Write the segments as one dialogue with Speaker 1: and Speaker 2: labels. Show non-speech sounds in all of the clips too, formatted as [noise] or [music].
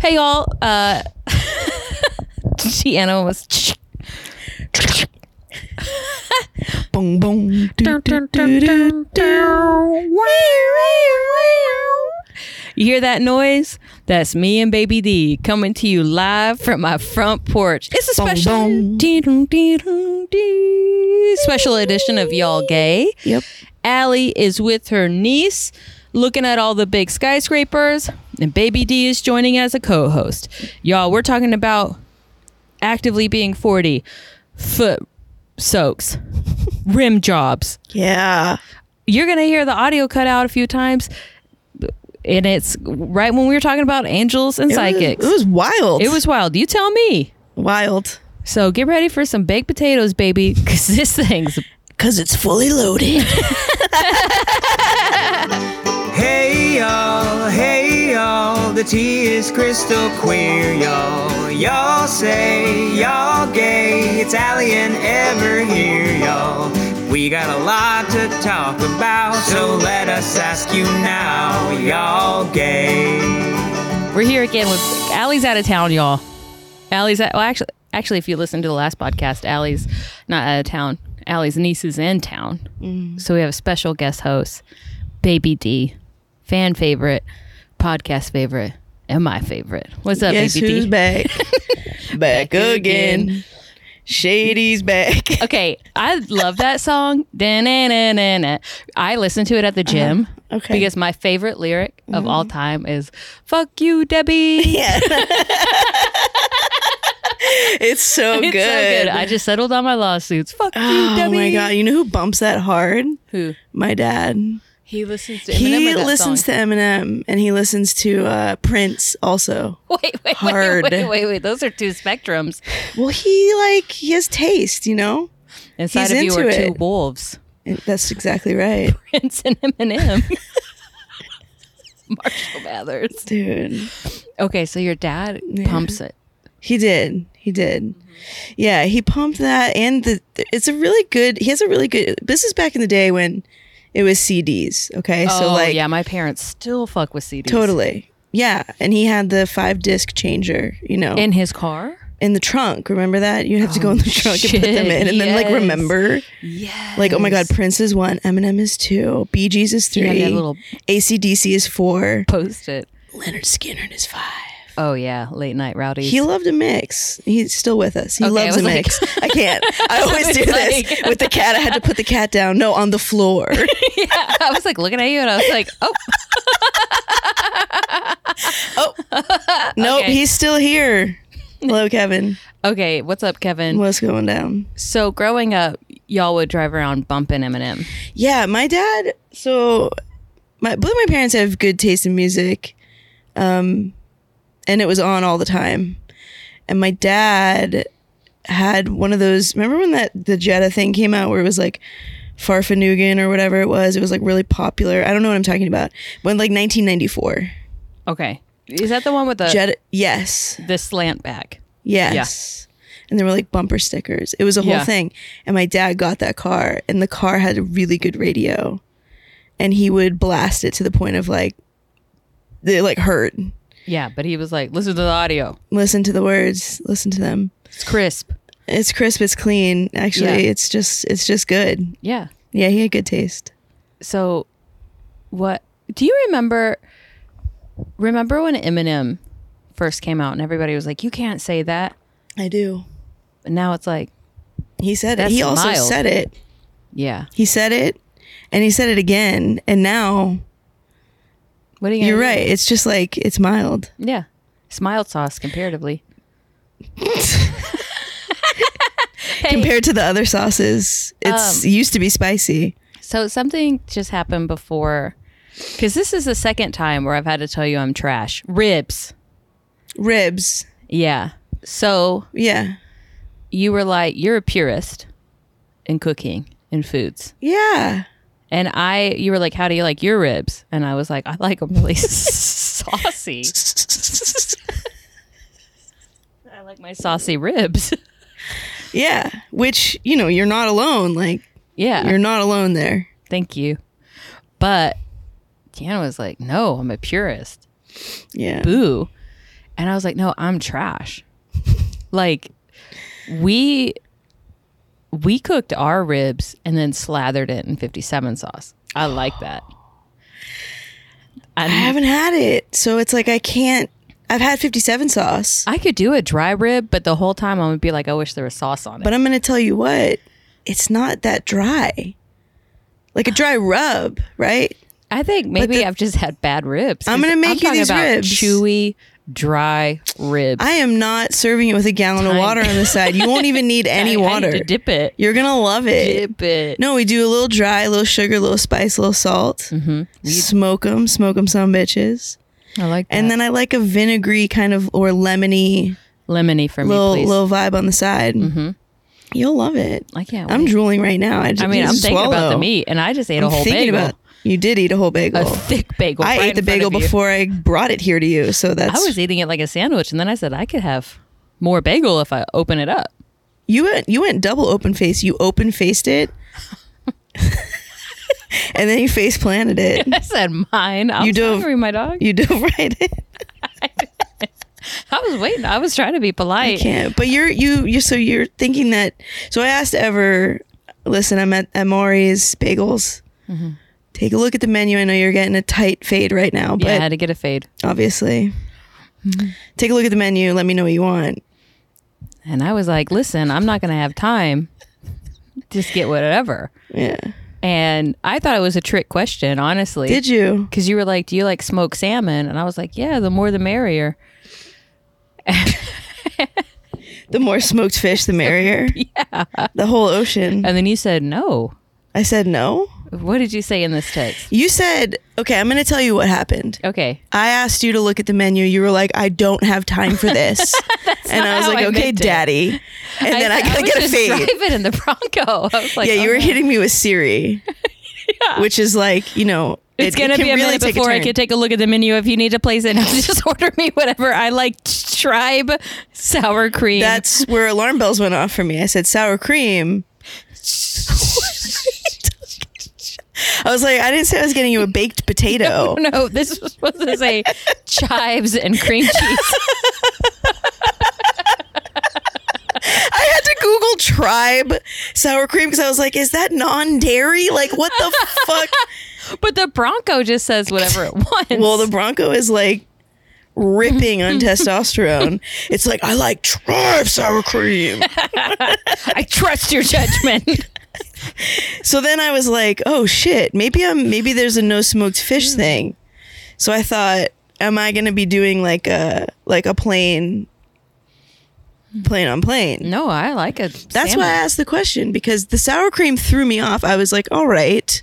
Speaker 1: Hey y'all. Uh [laughs] Gianna was boom boom. do, do, do, do, do. [laughs] You hear that noise? That's me and Baby D coming to you live from my front porch. It's a special Dee-dum, dee-dum, dee. special edition of Y'all Gay. Yep. Allie is with her niece looking at all the big skyscrapers, and Baby D is joining as a co host. Y'all, we're talking about actively being 40, foot
Speaker 2: [laughs]
Speaker 1: soaks, rim jobs.
Speaker 2: Yeah.
Speaker 1: You're going to hear the audio cut out a few times. And it's right when we were talking about angels and
Speaker 2: It was-
Speaker 1: psychics.
Speaker 2: It was wild.
Speaker 1: It was wild. You tell me.
Speaker 2: wild.
Speaker 1: So get ready for some baked potatoes, baby, because this thing's
Speaker 2: Because it's
Speaker 1: [laughs]
Speaker 2: fully loaded.
Speaker 3: Hey y'all, hey y'all, the tea is crystal queer, y'all. Y'all say y'all gay, it's Allie and Ever here, y'all. We got a lot to talk about, so let us ask you now, y'all gay.
Speaker 1: We're here again with Allie's out of town, y'all. Allie's out, well, actually, actually, if you listen to the last podcast, Allie's not out of town. Allie's niece is in town,
Speaker 2: Mm.
Speaker 1: so we have a special guest host, Baby D, fan favorite, podcast favorite, and my favorite. What's up,
Speaker 2: Guess
Speaker 1: Baby
Speaker 2: who's
Speaker 1: D? [laughs]
Speaker 2: back? back again.
Speaker 1: [laughs]
Speaker 2: Shady's back.
Speaker 1: Okay, I love that song. Da-na-na-na-na. I listen to it at the gym.
Speaker 2: Uh-huh. Okay. Mm-hmm.
Speaker 1: Because my favorite lyric of all time is "Fuck you, Debbie."
Speaker 2: [laughs] It's so
Speaker 1: It's
Speaker 2: good.
Speaker 1: so good. I just settled on my lawsuits. Fuck you,
Speaker 2: oh
Speaker 1: Debbie.
Speaker 2: my god. You know who bumps that hard?
Speaker 1: Who?
Speaker 2: My dad.
Speaker 1: He listens to
Speaker 2: he listens to Eminem and he listens to uh, Prince also.
Speaker 1: [laughs] wait, wait,
Speaker 2: Hard.
Speaker 1: wait, wait, wait, wait. Those are two spectrums.
Speaker 2: Well, he like he has taste, you know.
Speaker 1: Inside
Speaker 2: He's
Speaker 1: of you
Speaker 2: into
Speaker 1: are two
Speaker 2: it.
Speaker 1: wolves, [laughs]
Speaker 2: And That's exactly right,
Speaker 1: Prince and Eminem. [laughs] Marshall Mathers.
Speaker 2: dude.
Speaker 1: Okay, so your dad pumps it.
Speaker 2: He did. He did. Yeah, he pumped that, and the it's a really good. He has a really good. This is back in the day when it was CDs. Okay, so
Speaker 1: oh
Speaker 2: like
Speaker 1: yeah, my parents still fuck with CDs.
Speaker 2: totally. Yeah, and he had the five disc changer, you know,
Speaker 1: In his car.
Speaker 2: in the trunk. Remember that? You have to go in the trunk and put them
Speaker 1: Oh, shit,
Speaker 2: in, and then like
Speaker 1: yes.
Speaker 2: remember,
Speaker 1: Yeah.
Speaker 2: like oh my god, Prince is one, Eminem is two, Bee Gees is
Speaker 1: You
Speaker 2: three,
Speaker 1: had that little-
Speaker 2: ACDC is four,
Speaker 1: Post it.
Speaker 2: Leonard Skinner is five.
Speaker 1: Oh yeah, late night rowdies. [laughs]
Speaker 2: He loved a mix. He's still with us. He
Speaker 1: Okay, I
Speaker 2: loves a
Speaker 1: was like-
Speaker 2: mix.
Speaker 1: [laughs]
Speaker 2: I can't. I always do
Speaker 1: like-
Speaker 2: this with the cat. I had to put the cat down. No, on the floor.
Speaker 1: [laughs] I was like looking at you, and I was like, oh,
Speaker 2: Nope,
Speaker 1: Okay.
Speaker 2: he's still here. Hello, Kevin.
Speaker 1: okay. What's up, Kevin?
Speaker 2: What's going down?
Speaker 1: So growing up, y'all would drive around bumping Eminem.
Speaker 2: Yeah, my dad. So, my both my parents have good taste in music, um, and it was on all the time. And my dad had one of those. Remember when that the Jetta thing came out, where it was like Farfanugan or whatever it was. It was like really popular. I don't know what I'm talking about. When like 1994,
Speaker 1: Okay, is that the one with the
Speaker 2: Jetta. Yes,
Speaker 1: the slant back?
Speaker 2: Yes. And they were like bumper stickers. It was a whole
Speaker 1: Yeah.
Speaker 2: thing. And my dad got that car, and the car had a really good radio. And he would blast it to the point of like, they like hurt.
Speaker 1: Yeah, but he was like, listen to the audio.
Speaker 2: Listen to the words, listen to them.
Speaker 1: It's crisp.
Speaker 2: It's crisp, it's clean. Actually,
Speaker 1: Yeah.
Speaker 2: it's just, it's just good.
Speaker 1: Yeah.
Speaker 2: Yeah, he had good taste.
Speaker 1: So, what do you remember? Remember when Eminem first came out, and everybody was like, "You can't say that."
Speaker 2: I do.
Speaker 1: And now it's like,
Speaker 2: He said
Speaker 1: That's
Speaker 2: it. He also
Speaker 1: mild.
Speaker 2: said it.
Speaker 1: yeah,
Speaker 2: He said it, and he said it again. And now
Speaker 1: what are you?
Speaker 2: you're
Speaker 1: gonna do?
Speaker 2: right. It's just like it's mild.
Speaker 1: Yeah, it's mild sauce comparatively.
Speaker 2: [laughs] compared to the other sauces.
Speaker 1: Um.
Speaker 2: It's used to be spicy.
Speaker 1: So something just happened before, because this is the second time where I've had to tell you I'm trash. Ribs.
Speaker 2: Ribs.
Speaker 1: Yeah. So
Speaker 2: Yeah.
Speaker 1: you were like, you're a purist in cooking and foods.
Speaker 2: Yeah.
Speaker 1: And I, you were like, how do you like your ribs? And I was like, I like them really [laughs] saucy. [laughs] I like my saucy ribs. [laughs]
Speaker 2: Yeah. Which, you know, you're not alone. Like,
Speaker 1: yeah.
Speaker 2: you're not alone there.
Speaker 1: thank you. But Deanna was like, no, I'm a purist.
Speaker 2: Yeah.
Speaker 1: boo. And I was like, no, I'm trash. like we we cooked our ribs and then slathered it in 57 sauce. I like that.
Speaker 2: I haven't had it. So it's like I can't. I've had 57 sauce,
Speaker 1: I could do a dry rib, but the whole time I would be like, I wish there was sauce on it.
Speaker 2: but I'm going to tell you what, it's not that dry. Like a dry rub, right?
Speaker 1: I think maybe
Speaker 2: the-
Speaker 1: I've just had bad ribs. 'cause
Speaker 2: I'm gonna make you
Speaker 1: talking
Speaker 2: these
Speaker 1: about
Speaker 2: ribs.
Speaker 1: Chewy, dry ribs.
Speaker 2: I am not serving it with a gallon of
Speaker 1: Tiny.
Speaker 2: water on the side. You won't
Speaker 1: [laughs]
Speaker 2: even need
Speaker 1: I- I
Speaker 2: any
Speaker 1: need
Speaker 2: water.
Speaker 1: to dip it.
Speaker 2: You're going to love it.
Speaker 1: Dip it.
Speaker 2: No, we do a little dry, a little sugar, a little spice, a little salt. Mm-hmm. Smoke them, smoke them, some bitches.
Speaker 1: I like that.
Speaker 2: And then I like a vinegary kind of or lemony
Speaker 1: lemony for me,
Speaker 2: little
Speaker 1: please.
Speaker 2: little vibe on the side. Mm-hmm. You'll love it.
Speaker 1: I can't.
Speaker 2: I'm
Speaker 1: wait.
Speaker 2: drooling right now. I, just
Speaker 1: I mean,
Speaker 2: need
Speaker 1: I'm
Speaker 2: to
Speaker 1: thinking about the
Speaker 2: swallow.
Speaker 1: meat, and I just ate
Speaker 2: I'm
Speaker 1: a whole
Speaker 2: thinking
Speaker 1: bagel.
Speaker 2: about you did eat a whole
Speaker 1: a
Speaker 2: bagel.
Speaker 1: thick bagel.
Speaker 2: I
Speaker 1: right
Speaker 2: ate the
Speaker 1: in front
Speaker 2: bagel
Speaker 1: of you.
Speaker 2: before I brought it here to you, so that's
Speaker 1: I was eating it like a sandwich, and then I said I could have more bagel if I open it up. [laughs]
Speaker 2: you went you went double open face. You open
Speaker 1: [laughs]
Speaker 2: faced it, [laughs] and then you face planted it.
Speaker 1: I said mine. I'm
Speaker 2: You dove-
Speaker 1: sorry, my dog.
Speaker 2: You dove [laughs] right in.
Speaker 1: I was waiting. I was trying to be
Speaker 2: I
Speaker 1: polite.
Speaker 2: can't. But you're you you so you're thinking that. So I asked Ever, listen, I'm at Amori's Bagels. Take a look at the menu. I know you're getting a tight fade right now, but
Speaker 1: yeah, I had to get a fade,
Speaker 2: obviously, take a look at the menu. Let me know what you want.
Speaker 1: and I was like, "Listen, I'm not going to have time. Just get whatever."
Speaker 2: Yeah.
Speaker 1: And I thought it was a trick question, honestly.
Speaker 2: Did you?
Speaker 1: Because you were like, "Do you like smoked salmon?" And I was like, "Yeah, the more the merrier."
Speaker 2: The more smoked fish, the merrier. yeah. The whole ocean.
Speaker 1: And then you said, "No."
Speaker 2: I said no.
Speaker 1: What did you say in this text?
Speaker 2: You said okay. I'm going to tell you what happened.
Speaker 1: Okay,
Speaker 2: I asked you to look at the menu. You were like, I don't have time
Speaker 1: [laughs]
Speaker 2: for this. and I was
Speaker 1: not
Speaker 2: like,
Speaker 1: how I
Speaker 2: okay,
Speaker 1: meant it.
Speaker 2: daddy. And then I,
Speaker 1: I
Speaker 2: gotta
Speaker 1: was
Speaker 2: get a
Speaker 1: just
Speaker 2: fade.
Speaker 1: driving in the Bronco. I was like,
Speaker 2: yeah, you
Speaker 1: oh,
Speaker 2: were
Speaker 1: no.
Speaker 2: hitting me
Speaker 1: [laughs]
Speaker 2: with Siri, which is like you know
Speaker 1: "Oh, It's
Speaker 2: it- it
Speaker 1: gonna
Speaker 2: can
Speaker 1: be a
Speaker 2: really
Speaker 1: minute
Speaker 2: take
Speaker 1: before I
Speaker 2: turn.
Speaker 1: can take a look at the menu. If you need to place it, [laughs] now, just order me whatever I like. Tribe sour cream.
Speaker 2: That's where alarm bells went off for me. I said sour cream. [laughs] I was like, I didn't say I was getting you
Speaker 1: [laughs]
Speaker 2: a baked potato.
Speaker 1: no. This was supposed to say chives and cream cheese.
Speaker 2: I had to Google tribe sour cream because I was like, is that non dairy? Like, what the fuck?
Speaker 1: [laughs] But the Bronco just says whatever
Speaker 2: [laughs]
Speaker 1: it wants.
Speaker 2: Well, the Bronco is like ripping on testosterone. It's like, I like tribe sour cream.
Speaker 1: I trust your
Speaker 2: [laughs]
Speaker 1: judgment.
Speaker 2: So then I was like, oh shit, maybe I'm maybe there's a no smoked fish thing. So I thought, am I gonna be doing like a like a plane plane on plane?
Speaker 1: no, I like it.
Speaker 2: That's why I asked the question because the sour cream threw me off. I was like, all right,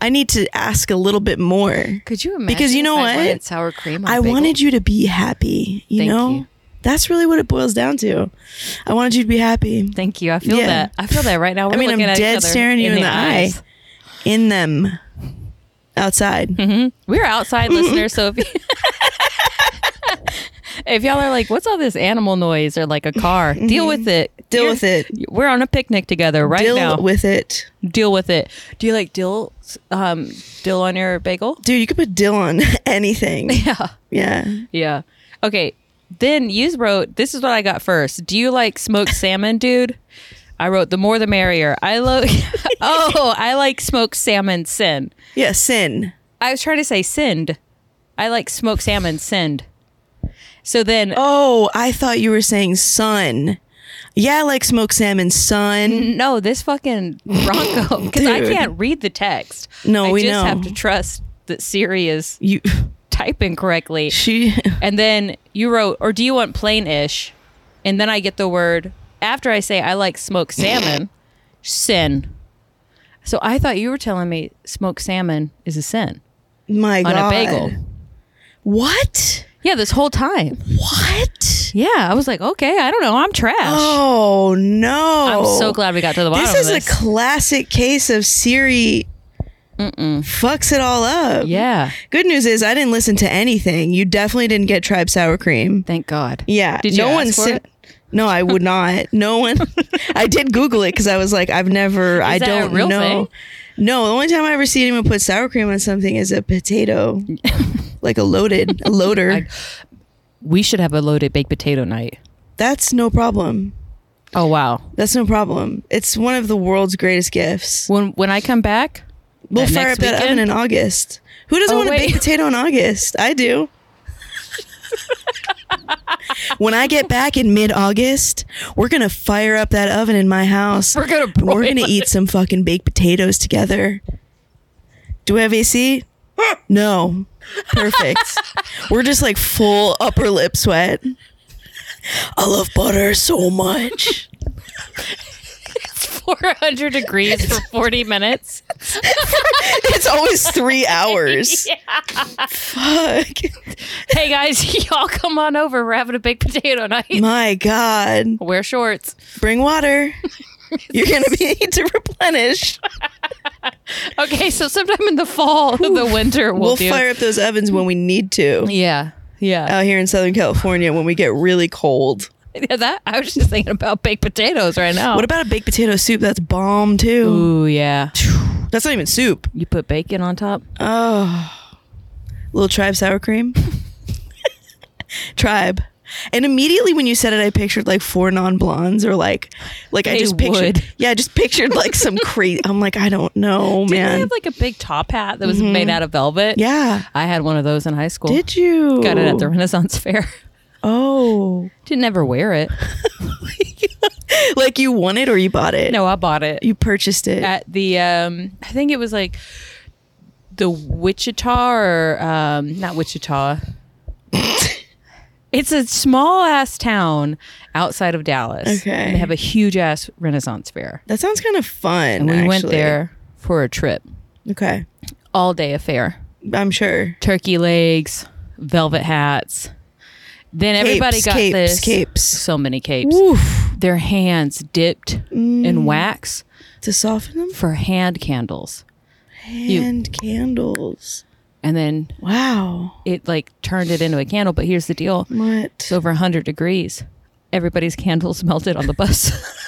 Speaker 2: I need to ask a little bit more.
Speaker 1: Could you imagine?
Speaker 2: Because you know
Speaker 1: if I
Speaker 2: what?
Speaker 1: wanted sour cream. On
Speaker 2: I
Speaker 1: a bagel?
Speaker 2: wanted you to be happy, you
Speaker 1: Thank
Speaker 2: know?
Speaker 1: you.
Speaker 2: That's really what it boils down to. I wanted you to be happy
Speaker 1: Thank you. I feel
Speaker 2: Yeah.
Speaker 1: that. I feel that right now. We're
Speaker 2: mean,
Speaker 1: looking
Speaker 2: I'm
Speaker 1: at each
Speaker 2: dead
Speaker 1: other
Speaker 2: staring you in
Speaker 1: the,
Speaker 2: the eye.
Speaker 1: eyes.
Speaker 2: in them outside.
Speaker 1: [laughs] We're
Speaker 2: [laughs]
Speaker 1: outside listeners, so if, [laughs] if y'all are like, "What's all this animal noise?" or like a
Speaker 2: [laughs]
Speaker 1: car, deal with it.
Speaker 2: Mm-hmm. Deal
Speaker 1: You're-
Speaker 2: with it.
Speaker 1: We're on a picnic together right
Speaker 2: Deal
Speaker 1: now.
Speaker 2: with it.
Speaker 1: deal with it. Do you like dill? Um, dill on your bagel?
Speaker 2: Dude, you could put dill on [laughs] anything.
Speaker 1: [laughs] Yeah.
Speaker 2: Yeah.
Speaker 1: Yeah. Okay. Then you wrote, "This is what I got first. Do you like smoked salmon, dude?" I wrote, "The more the merrier." I lo- [laughs] Oh, I like smoked salmon. Sin.
Speaker 2: Yeah, sin.
Speaker 1: I was trying to say send. I like smoked salmon send. So then,
Speaker 2: Oh, I thought you were saying sun. Yeah, I like smoked salmon sun.
Speaker 1: no, this fucking Bronco,
Speaker 2: [laughs]
Speaker 1: because I
Speaker 2: Dude.
Speaker 1: can't read the text.
Speaker 2: No,
Speaker 1: I
Speaker 2: we
Speaker 1: just
Speaker 2: know.
Speaker 1: have to trust that Siri is
Speaker 2: You [laughs]
Speaker 1: typing correctly.
Speaker 2: she [laughs]
Speaker 1: And then you wrote, or do you want plain ish? And then I get the word after I say I like smoked [clears throat] salmon, sin. So I thought you were telling me smoked salmon is a sin
Speaker 2: my
Speaker 1: on
Speaker 2: god.
Speaker 1: a bagel.
Speaker 2: What?
Speaker 1: Yeah, this whole time.
Speaker 2: What?
Speaker 1: Yeah, I was like, okay, I don't know, I'm trash.
Speaker 2: Oh no.
Speaker 1: I'm so glad we got to the bottom
Speaker 2: This is
Speaker 1: of
Speaker 2: a
Speaker 1: this.
Speaker 2: classic case of Siri fucks it all up.
Speaker 1: yeah,
Speaker 2: Good news is I didn't listen to anything. You definitely didn't get tribe sour cream.
Speaker 1: thank God.
Speaker 2: Yeah.
Speaker 1: Did
Speaker 2: no
Speaker 1: you
Speaker 2: one
Speaker 1: ask for
Speaker 2: sent-
Speaker 1: it?
Speaker 2: [laughs] No, I would not. No one. [laughs] I did Google it because I was like, I've never. I
Speaker 1: that a
Speaker 2: don't
Speaker 1: real
Speaker 2: know.
Speaker 1: thing?
Speaker 2: No, the only time I ever see anyone put sour cream on something is a
Speaker 1: [laughs]
Speaker 2: potato, like a loaded a loader.
Speaker 1: We should have a loaded baked potato night.
Speaker 2: That's no problem.
Speaker 1: Oh wow.
Speaker 2: That's no problem. It's one of the world's greatest gifts.
Speaker 1: When when I come back, [laughs]
Speaker 2: We'll
Speaker 1: that
Speaker 2: fire up
Speaker 1: next
Speaker 2: that oven
Speaker 1: weekend?
Speaker 2: in August. Who doesn't
Speaker 1: Oh,
Speaker 2: want a
Speaker 1: wait.
Speaker 2: baked potato in August? I do. when I get back in mid August, we're gonna fire up that oven in my house.
Speaker 1: We're gonna
Speaker 2: And we're
Speaker 1: broil
Speaker 2: gonna eat some fucking baked potatoes together. Do we have
Speaker 1: [laughs]
Speaker 2: AC? No. Perfect. we're just like full upper lip sweat. I love butter
Speaker 1: [laughs]
Speaker 2: so much.
Speaker 1: 400 degrees for 40 [laughs] minutes.
Speaker 2: it's always three hours. Fuck.
Speaker 1: Hey guys, [laughs] y'all come on over. We're having a baked potato night.
Speaker 2: My God.
Speaker 1: Wear shorts. [laughs]
Speaker 2: Bring water. You're going to be need to replenish.
Speaker 1: Okay, so sometime in the fall, the winter, we'll,
Speaker 2: We'll,
Speaker 1: do.
Speaker 2: fire Uh, up those ovens when we need to.
Speaker 1: Yeah, yeah.
Speaker 2: Out here in Southern California when we get really cold.
Speaker 1: Yeah, [laughs] that I was just thinking about baked potatoes right now.
Speaker 2: What about a baked potato soup? That's bomb too.
Speaker 1: Oh. Ooh, yeah.
Speaker 2: That's not even soup.
Speaker 1: You put bacon on top.
Speaker 2: Oh. Little tribe
Speaker 1: [laughs]
Speaker 2: sour cream. tribe. And immediately when you said it, I pictured like four non blondes or like, like I
Speaker 1: They
Speaker 2: just pictured,
Speaker 1: would.
Speaker 2: [laughs] yeah, I just pictured like some crazy. I'm like, I don't know,
Speaker 1: Didn't
Speaker 2: man.
Speaker 1: they have like a big top hat that was made out of velvet?
Speaker 2: Mm-hmm. yeah.
Speaker 1: I had one of those in high school.
Speaker 2: Did you?
Speaker 1: Got it at the Renaissance [laughs] Fair.
Speaker 2: Oh.
Speaker 1: Didn't ever wear it.
Speaker 2: [laughs] Like you won it or you bought it?
Speaker 1: No, I bought it
Speaker 2: You purchased it.
Speaker 1: at the. um I think it was like the Wichita or um, not Wichita. [laughs] it's a small ass town outside of Dallas.
Speaker 2: Okay.
Speaker 1: And they have a huge ass Renaissance Fair.
Speaker 2: that sounds kind of fun.
Speaker 1: And we went
Speaker 2: actually.
Speaker 1: there for a trip,
Speaker 2: Okay.
Speaker 1: all day affair.
Speaker 2: I'm sure.
Speaker 1: Turkey legs, velvet hats. Then everybody
Speaker 2: Capes,
Speaker 1: got
Speaker 2: capes,
Speaker 1: this.
Speaker 2: capes.
Speaker 1: So many capes. Their hands dipped
Speaker 2: Mm.
Speaker 1: in wax
Speaker 2: To soften them?
Speaker 1: for hand candles.
Speaker 2: And candles.
Speaker 1: And then
Speaker 2: Wow.
Speaker 1: it like turned it into a candle. But here's the deal
Speaker 2: What?
Speaker 1: it's [laughs] over 100 degrees. Everybody's candles [laughs] melted on the bus. [laughs]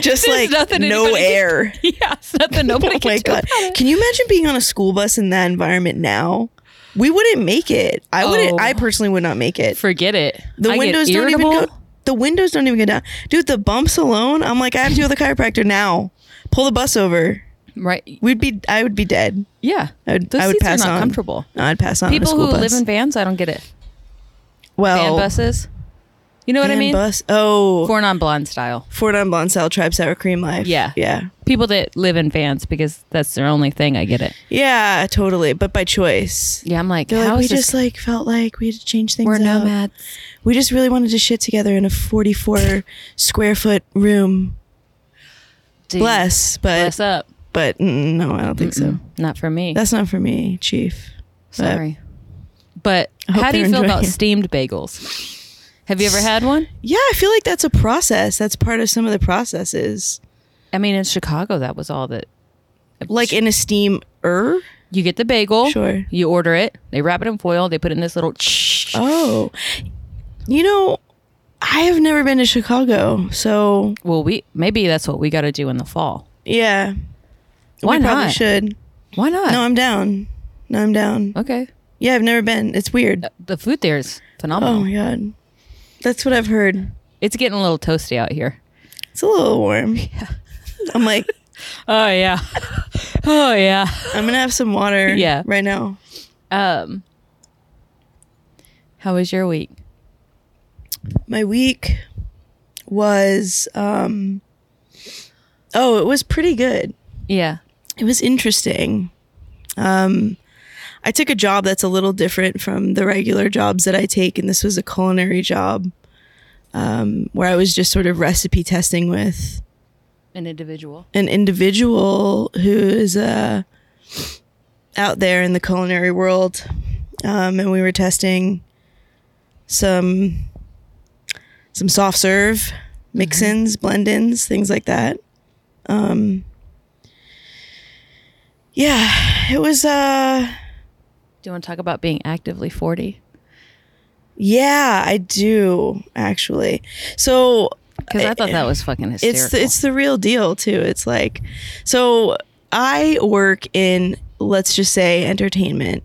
Speaker 2: Just like
Speaker 1: nothing
Speaker 2: no
Speaker 1: anybody can- [laughs]
Speaker 2: air.
Speaker 1: yeah, it's nothing nobody
Speaker 2: [laughs] Oh
Speaker 1: can
Speaker 2: my
Speaker 1: do.
Speaker 2: god. Can you imagine being on a school bus in that environment now? We wouldn't make it. I wouldn't
Speaker 1: Oh.
Speaker 2: I personally would not make it.
Speaker 1: Forget it.
Speaker 2: The
Speaker 1: I get
Speaker 2: windows don't even go
Speaker 1: irritable.
Speaker 2: the windows don't even go down. Dude, the bumps alone, I'm like, I have to go to the chiropractor now. Pull the bus over.
Speaker 1: Right.
Speaker 2: We'd be I would be dead.
Speaker 1: Yeah.
Speaker 2: I would,
Speaker 1: Those
Speaker 2: I would
Speaker 1: seats
Speaker 2: pass
Speaker 1: are not
Speaker 2: on.
Speaker 1: comfortable.
Speaker 2: No, I'd pass on.
Speaker 1: People
Speaker 2: on a school
Speaker 1: who
Speaker 2: bus.
Speaker 1: live in vans, I don't get it. Van
Speaker 2: well,
Speaker 1: buses. You know what
Speaker 2: van
Speaker 1: I mean?
Speaker 2: bus. Oh, Ford,
Speaker 1: Born on blonde style.
Speaker 2: on blonde style tribe sour cream life.
Speaker 1: Yeah.
Speaker 2: yeah,
Speaker 1: People that live in vans because that's their only thing. I get it.
Speaker 2: yeah, totally. But by choice.
Speaker 1: Yeah, I'm like,
Speaker 2: They're
Speaker 1: how
Speaker 2: like, we
Speaker 1: is this?
Speaker 2: just like felt like we had to change things.
Speaker 1: we're
Speaker 2: up.
Speaker 1: nomads.
Speaker 2: We just really wanted to shit together in
Speaker 1: [laughs]
Speaker 2: a 44 square foot room.
Speaker 1: Dude,
Speaker 2: Bless, but
Speaker 1: Bless up.
Speaker 2: but mm, no, I don't think so.
Speaker 1: Not for me.
Speaker 2: That's not for me, Chief.
Speaker 1: Sorry. But
Speaker 2: hope
Speaker 1: how do you
Speaker 2: they're
Speaker 1: feel about
Speaker 2: enjoying it.
Speaker 1: steamed bagels? Have you ever had one?
Speaker 2: Yeah, I feel like that's a process. That's part of some of the processes.
Speaker 1: I mean, in Chicago, that was all that.
Speaker 2: Like in a steam er.
Speaker 1: You get the bagel.
Speaker 2: Sure.
Speaker 1: You order it. They wrap it in foil. They put it in this little.
Speaker 2: Oh, you know, I have never been to Chicago, so
Speaker 1: Well, we maybe that's what we got to do in the fall.
Speaker 2: yeah,
Speaker 1: Why
Speaker 2: we probably
Speaker 1: not?
Speaker 2: should.
Speaker 1: Why not?
Speaker 2: No, I'm down. No, I'm down.
Speaker 1: okay.
Speaker 2: Yeah, I've never been. It's weird.
Speaker 1: The food there is
Speaker 2: Oh
Speaker 1: phenomenal.
Speaker 2: my god, that's what I've heard.
Speaker 1: It's getting a little toasty out here.
Speaker 2: It's a
Speaker 1: [laughs]
Speaker 2: little warm. I'm like,
Speaker 1: Oh [laughs] yeah. oh yeah.
Speaker 2: I'm gonna have some water.
Speaker 1: [laughs] Yeah.
Speaker 2: right now.
Speaker 1: Um, How was your week?
Speaker 2: my week was um oh it was pretty good
Speaker 1: Yeah.
Speaker 2: it was interesting um i took a job that's a little different from the regular jobs that i take and this was a culinary job um where i was just sort of recipe testing with
Speaker 1: An individual.
Speaker 2: an individual who is uh, out there in the culinary world, um, and we were testing some some soft serve mix-ins, blend-ins, things like that. Um, yeah, it was. Uh,
Speaker 1: Do you want to talk about being actively 40?
Speaker 2: yeah, I do actually. So
Speaker 1: Because I thought that was fucking hysterical.
Speaker 2: Eh, it's the, it's the real deal too. It's like so I work in let's just say entertainment.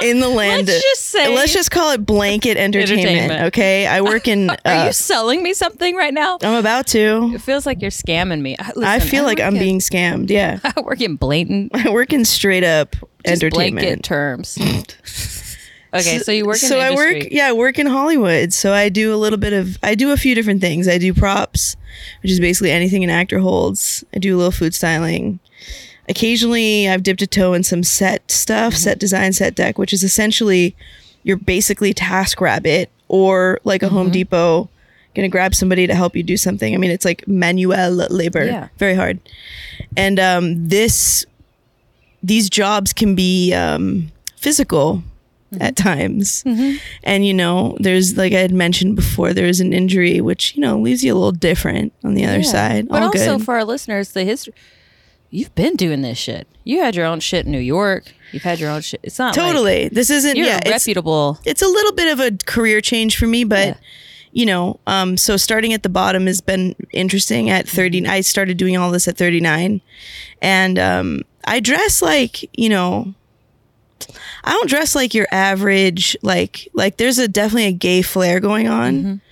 Speaker 2: in the land
Speaker 1: Let's just say-
Speaker 2: let's just call it blanket entertainment,
Speaker 1: Entertainment.
Speaker 2: okay? I work
Speaker 1: [laughs]
Speaker 2: in
Speaker 1: Are
Speaker 2: uh,
Speaker 1: you selling me something right now?
Speaker 2: I'm about to.
Speaker 1: It feels like you're scamming me. I, listen,
Speaker 2: I feel like
Speaker 1: work
Speaker 2: I'm
Speaker 1: in-
Speaker 2: being scammed. Yeah.
Speaker 1: [laughs]
Speaker 2: [laughs]
Speaker 1: I work in blatant
Speaker 2: I work in straight up
Speaker 1: just blanket
Speaker 2: entertainment. [laughs]
Speaker 1: terms. okay, so you work in
Speaker 2: so
Speaker 1: the
Speaker 2: I
Speaker 1: industry.
Speaker 2: work yeah, I work in Hollywood. So I do a little bit of I do a few different things. I do props, which is basically anything an actor holds. I do a little food styling. Occasionally I've dipped a toe in some set stuff,
Speaker 1: Mm-hmm.
Speaker 2: set design, set deck, which is essentially you're basically task rabbit or like a
Speaker 1: Mm-hmm.
Speaker 2: Home Depot gonna grab somebody to help you do something. I mean it's like manual labor.
Speaker 1: Yeah.
Speaker 2: Very hard. And um this these jobs can be um, physical
Speaker 1: Mm-hmm.
Speaker 2: at times. And, you know, there's, like I had mentioned before, there's an injury, which, you know, leaves you a little different on the other
Speaker 1: Yeah.
Speaker 2: side.
Speaker 1: But
Speaker 2: All
Speaker 1: also
Speaker 2: good.
Speaker 1: for our listeners, the history. You've been doing this shit. You had your own shit in New York. You've had your own shit. It's not like-
Speaker 2: totally. this isn't,
Speaker 1: you're
Speaker 2: yeah,
Speaker 1: a
Speaker 2: it's,
Speaker 1: reputable.
Speaker 2: it's a little bit of a career change for me, but.
Speaker 1: Yeah.
Speaker 2: You know, um, so starting at the bottom has been interesting. At 30, I started doing all this at 39. And um, I dress like, you know, I don't dress like your average like like there's a definitely a gay flair going on,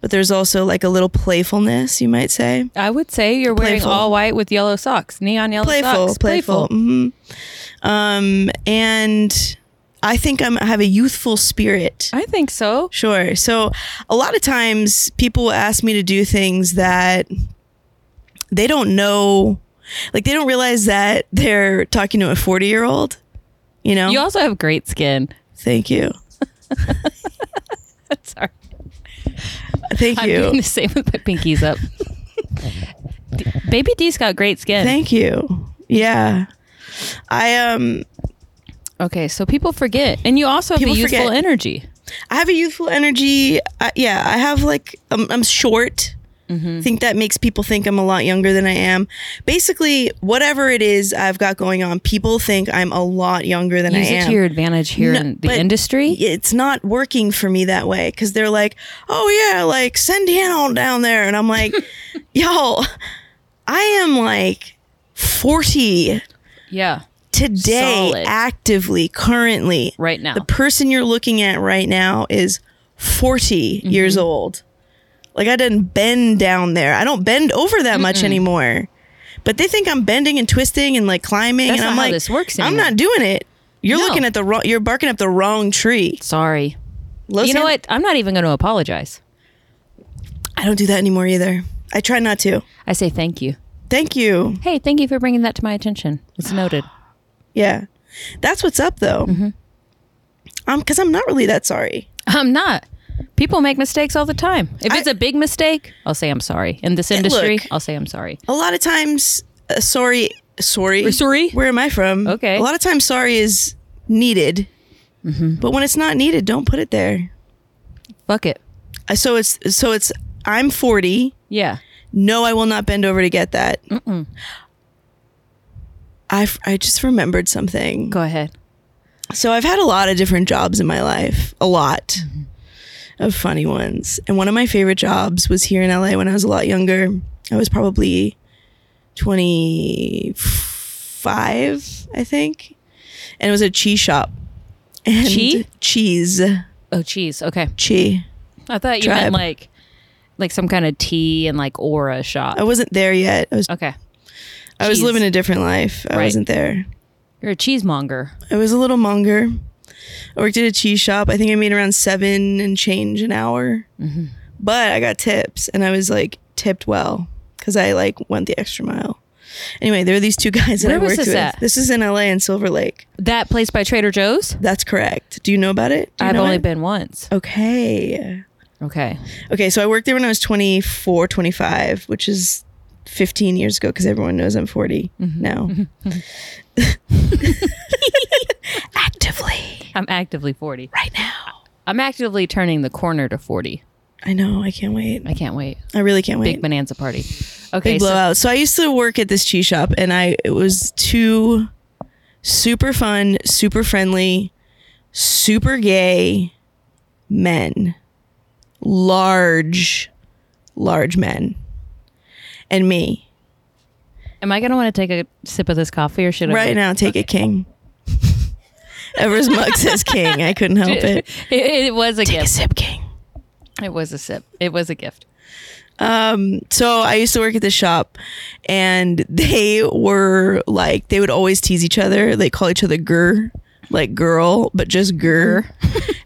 Speaker 2: but there's also like a little playfulness, you might say.
Speaker 1: I would say you're wearing
Speaker 2: Playful.
Speaker 1: all white with yellow socks, neon yellow
Speaker 2: Playful,
Speaker 1: socks.
Speaker 2: playful. mhm. Um and I think I'm I have a youthful spirit.
Speaker 1: I think so.
Speaker 2: Sure. So a lot of times people will ask me to do things that they don't know like they don't realize that they're talking to a 40 year old you know
Speaker 1: You also have great skin. [laughs]
Speaker 2: thank you
Speaker 1: Sorry,
Speaker 2: thank
Speaker 1: I'm
Speaker 2: you
Speaker 1: [laughs] doing the same with my pinkies
Speaker 2: [laughs]
Speaker 1: up. D- Baby D's got great skin.
Speaker 2: Thank you. Yeah. I um
Speaker 1: okay, so people forget, and you also have
Speaker 2: People
Speaker 1: a youthful
Speaker 2: forget.
Speaker 1: energy.
Speaker 2: I have a youthful energy. I, yeah, I have like um, I'm short. I
Speaker 1: Mm-hmm.
Speaker 2: think that makes people think I'm a lot younger than I am. Basically, whatever it is I've got going on, people think I'm a lot younger than
Speaker 1: Use
Speaker 2: I
Speaker 1: it
Speaker 2: am.
Speaker 1: to your advantage here
Speaker 2: No,
Speaker 1: in the
Speaker 2: but
Speaker 1: industry.
Speaker 2: It's not working for me that way because they're like, oh yeah, like send Hannah on down there. And
Speaker 1: [laughs]
Speaker 2: I'm like, y'all, I am like 40
Speaker 1: Yeah,
Speaker 2: today,
Speaker 1: Solid.
Speaker 2: actively, currently.
Speaker 1: right now.
Speaker 2: The person you're looking at right now is 40
Speaker 1: Mm-hmm.
Speaker 2: years old. Like I didn't bend down there. I don't bend over that much anymore. But they think I'm bending and twisting and like climbing
Speaker 1: That's
Speaker 2: and
Speaker 1: not
Speaker 2: I'm
Speaker 1: how
Speaker 2: like
Speaker 1: this works
Speaker 2: I'm
Speaker 1: anymore.
Speaker 2: not doing it. You're
Speaker 1: No.
Speaker 2: looking at the wrong you're barking up the wrong tree.
Speaker 1: Sorry.
Speaker 2: Los
Speaker 1: you know
Speaker 2: An-
Speaker 1: what? I'm not even going to apologize.
Speaker 2: I don't do that anymore either. I try not to.
Speaker 1: I say thank you.
Speaker 2: Thank you.
Speaker 1: Hey, thank you for bringing that to my attention. It's
Speaker 2: [sighs]
Speaker 1: noted.
Speaker 2: Yeah. That's what's up though.
Speaker 1: Mm-hmm.
Speaker 2: Um cuz I'm not really that sorry.
Speaker 1: I'm not. People make mistakes all the time. If it's a big mistake, I'll say I'm sorry. In this industry,
Speaker 2: look.
Speaker 1: I'll say I'm sorry.
Speaker 2: a lot of times uh, sorry sorry
Speaker 1: Sorry?
Speaker 2: where am i from
Speaker 1: Okay. Mm-hmm.
Speaker 2: a lot of times sorry is needed but when it's not needed don't put it there
Speaker 1: Fuck it.
Speaker 2: Uh, so it's so it's i'm 40
Speaker 1: Yeah.
Speaker 2: no i will not bend over to get that I, f- I just remembered something
Speaker 1: Go ahead.
Speaker 2: so I've had a lot of different jobs in my life, a lot
Speaker 1: Mm-hmm.
Speaker 2: of funny ones. And one of my favorite jobs was here in LA when I was a lot younger. I was probably 25, I think. And it was a cheese shop. And
Speaker 1: Chi?
Speaker 2: Cheese.
Speaker 1: Oh, cheese. Okay.
Speaker 2: Chi.
Speaker 1: I thought you
Speaker 2: Tribe.
Speaker 1: meant like, like some kind of tea and like aura shop.
Speaker 2: Oh. I wasn't there yet. I was
Speaker 1: Okay.
Speaker 2: I was
Speaker 1: cheese.
Speaker 2: living a different life. I
Speaker 1: Right.
Speaker 2: wasn't there.
Speaker 1: You're a cheesemonger.
Speaker 2: I was a little monger. I worked at a cheese shop. I think I made around seven and change an hour,
Speaker 1: Mm-hmm.
Speaker 2: but I got tips, and I was like tipped well because I like went the extra mile. Anyway, there were these two [laughs] guys that
Speaker 1: Where
Speaker 2: I
Speaker 1: was
Speaker 2: worked
Speaker 1: this
Speaker 2: with.
Speaker 1: at?
Speaker 2: This is in LA in Silver Lake.
Speaker 1: That place by Trader Joe's?
Speaker 2: That's correct. Do you know about it? Do you
Speaker 1: I've
Speaker 2: know
Speaker 1: only
Speaker 2: it? Oh.
Speaker 1: been once.
Speaker 2: Okay.
Speaker 1: Okay.
Speaker 2: Okay, so I worked there when I was 24, 25, which is 15 years ago because everyone knows I'm 40
Speaker 1: Mm-hmm.
Speaker 2: now. [laughs]
Speaker 1: [laughs]
Speaker 2: Actively.
Speaker 1: I'm actively 40. Right now. I'm actively turning the corner to 40.
Speaker 2: I know, I can't wait.
Speaker 1: I can't wait.
Speaker 2: I really can't wait.
Speaker 1: Big bonanza party. Okay.
Speaker 2: Big blowout. So I used to work at this cheese shop and I it was two super fun, super friendly, super gay men. Large, large men. And me.
Speaker 1: So, am I going to want to take a sip of this coffee or should I?
Speaker 2: Right now, take it, King. [laughs] Ever's mug says King. I couldn't
Speaker 1: [laughs]
Speaker 2: help
Speaker 1: It,
Speaker 2: it.
Speaker 1: it was a
Speaker 2: Take a
Speaker 1: gift.
Speaker 2: sip, King.
Speaker 1: It was a sip. It was a gift.
Speaker 2: Um, so I used to work at this shop, and they were like, they would always tease each other. They call each other "gur," like girl, but just "gur,"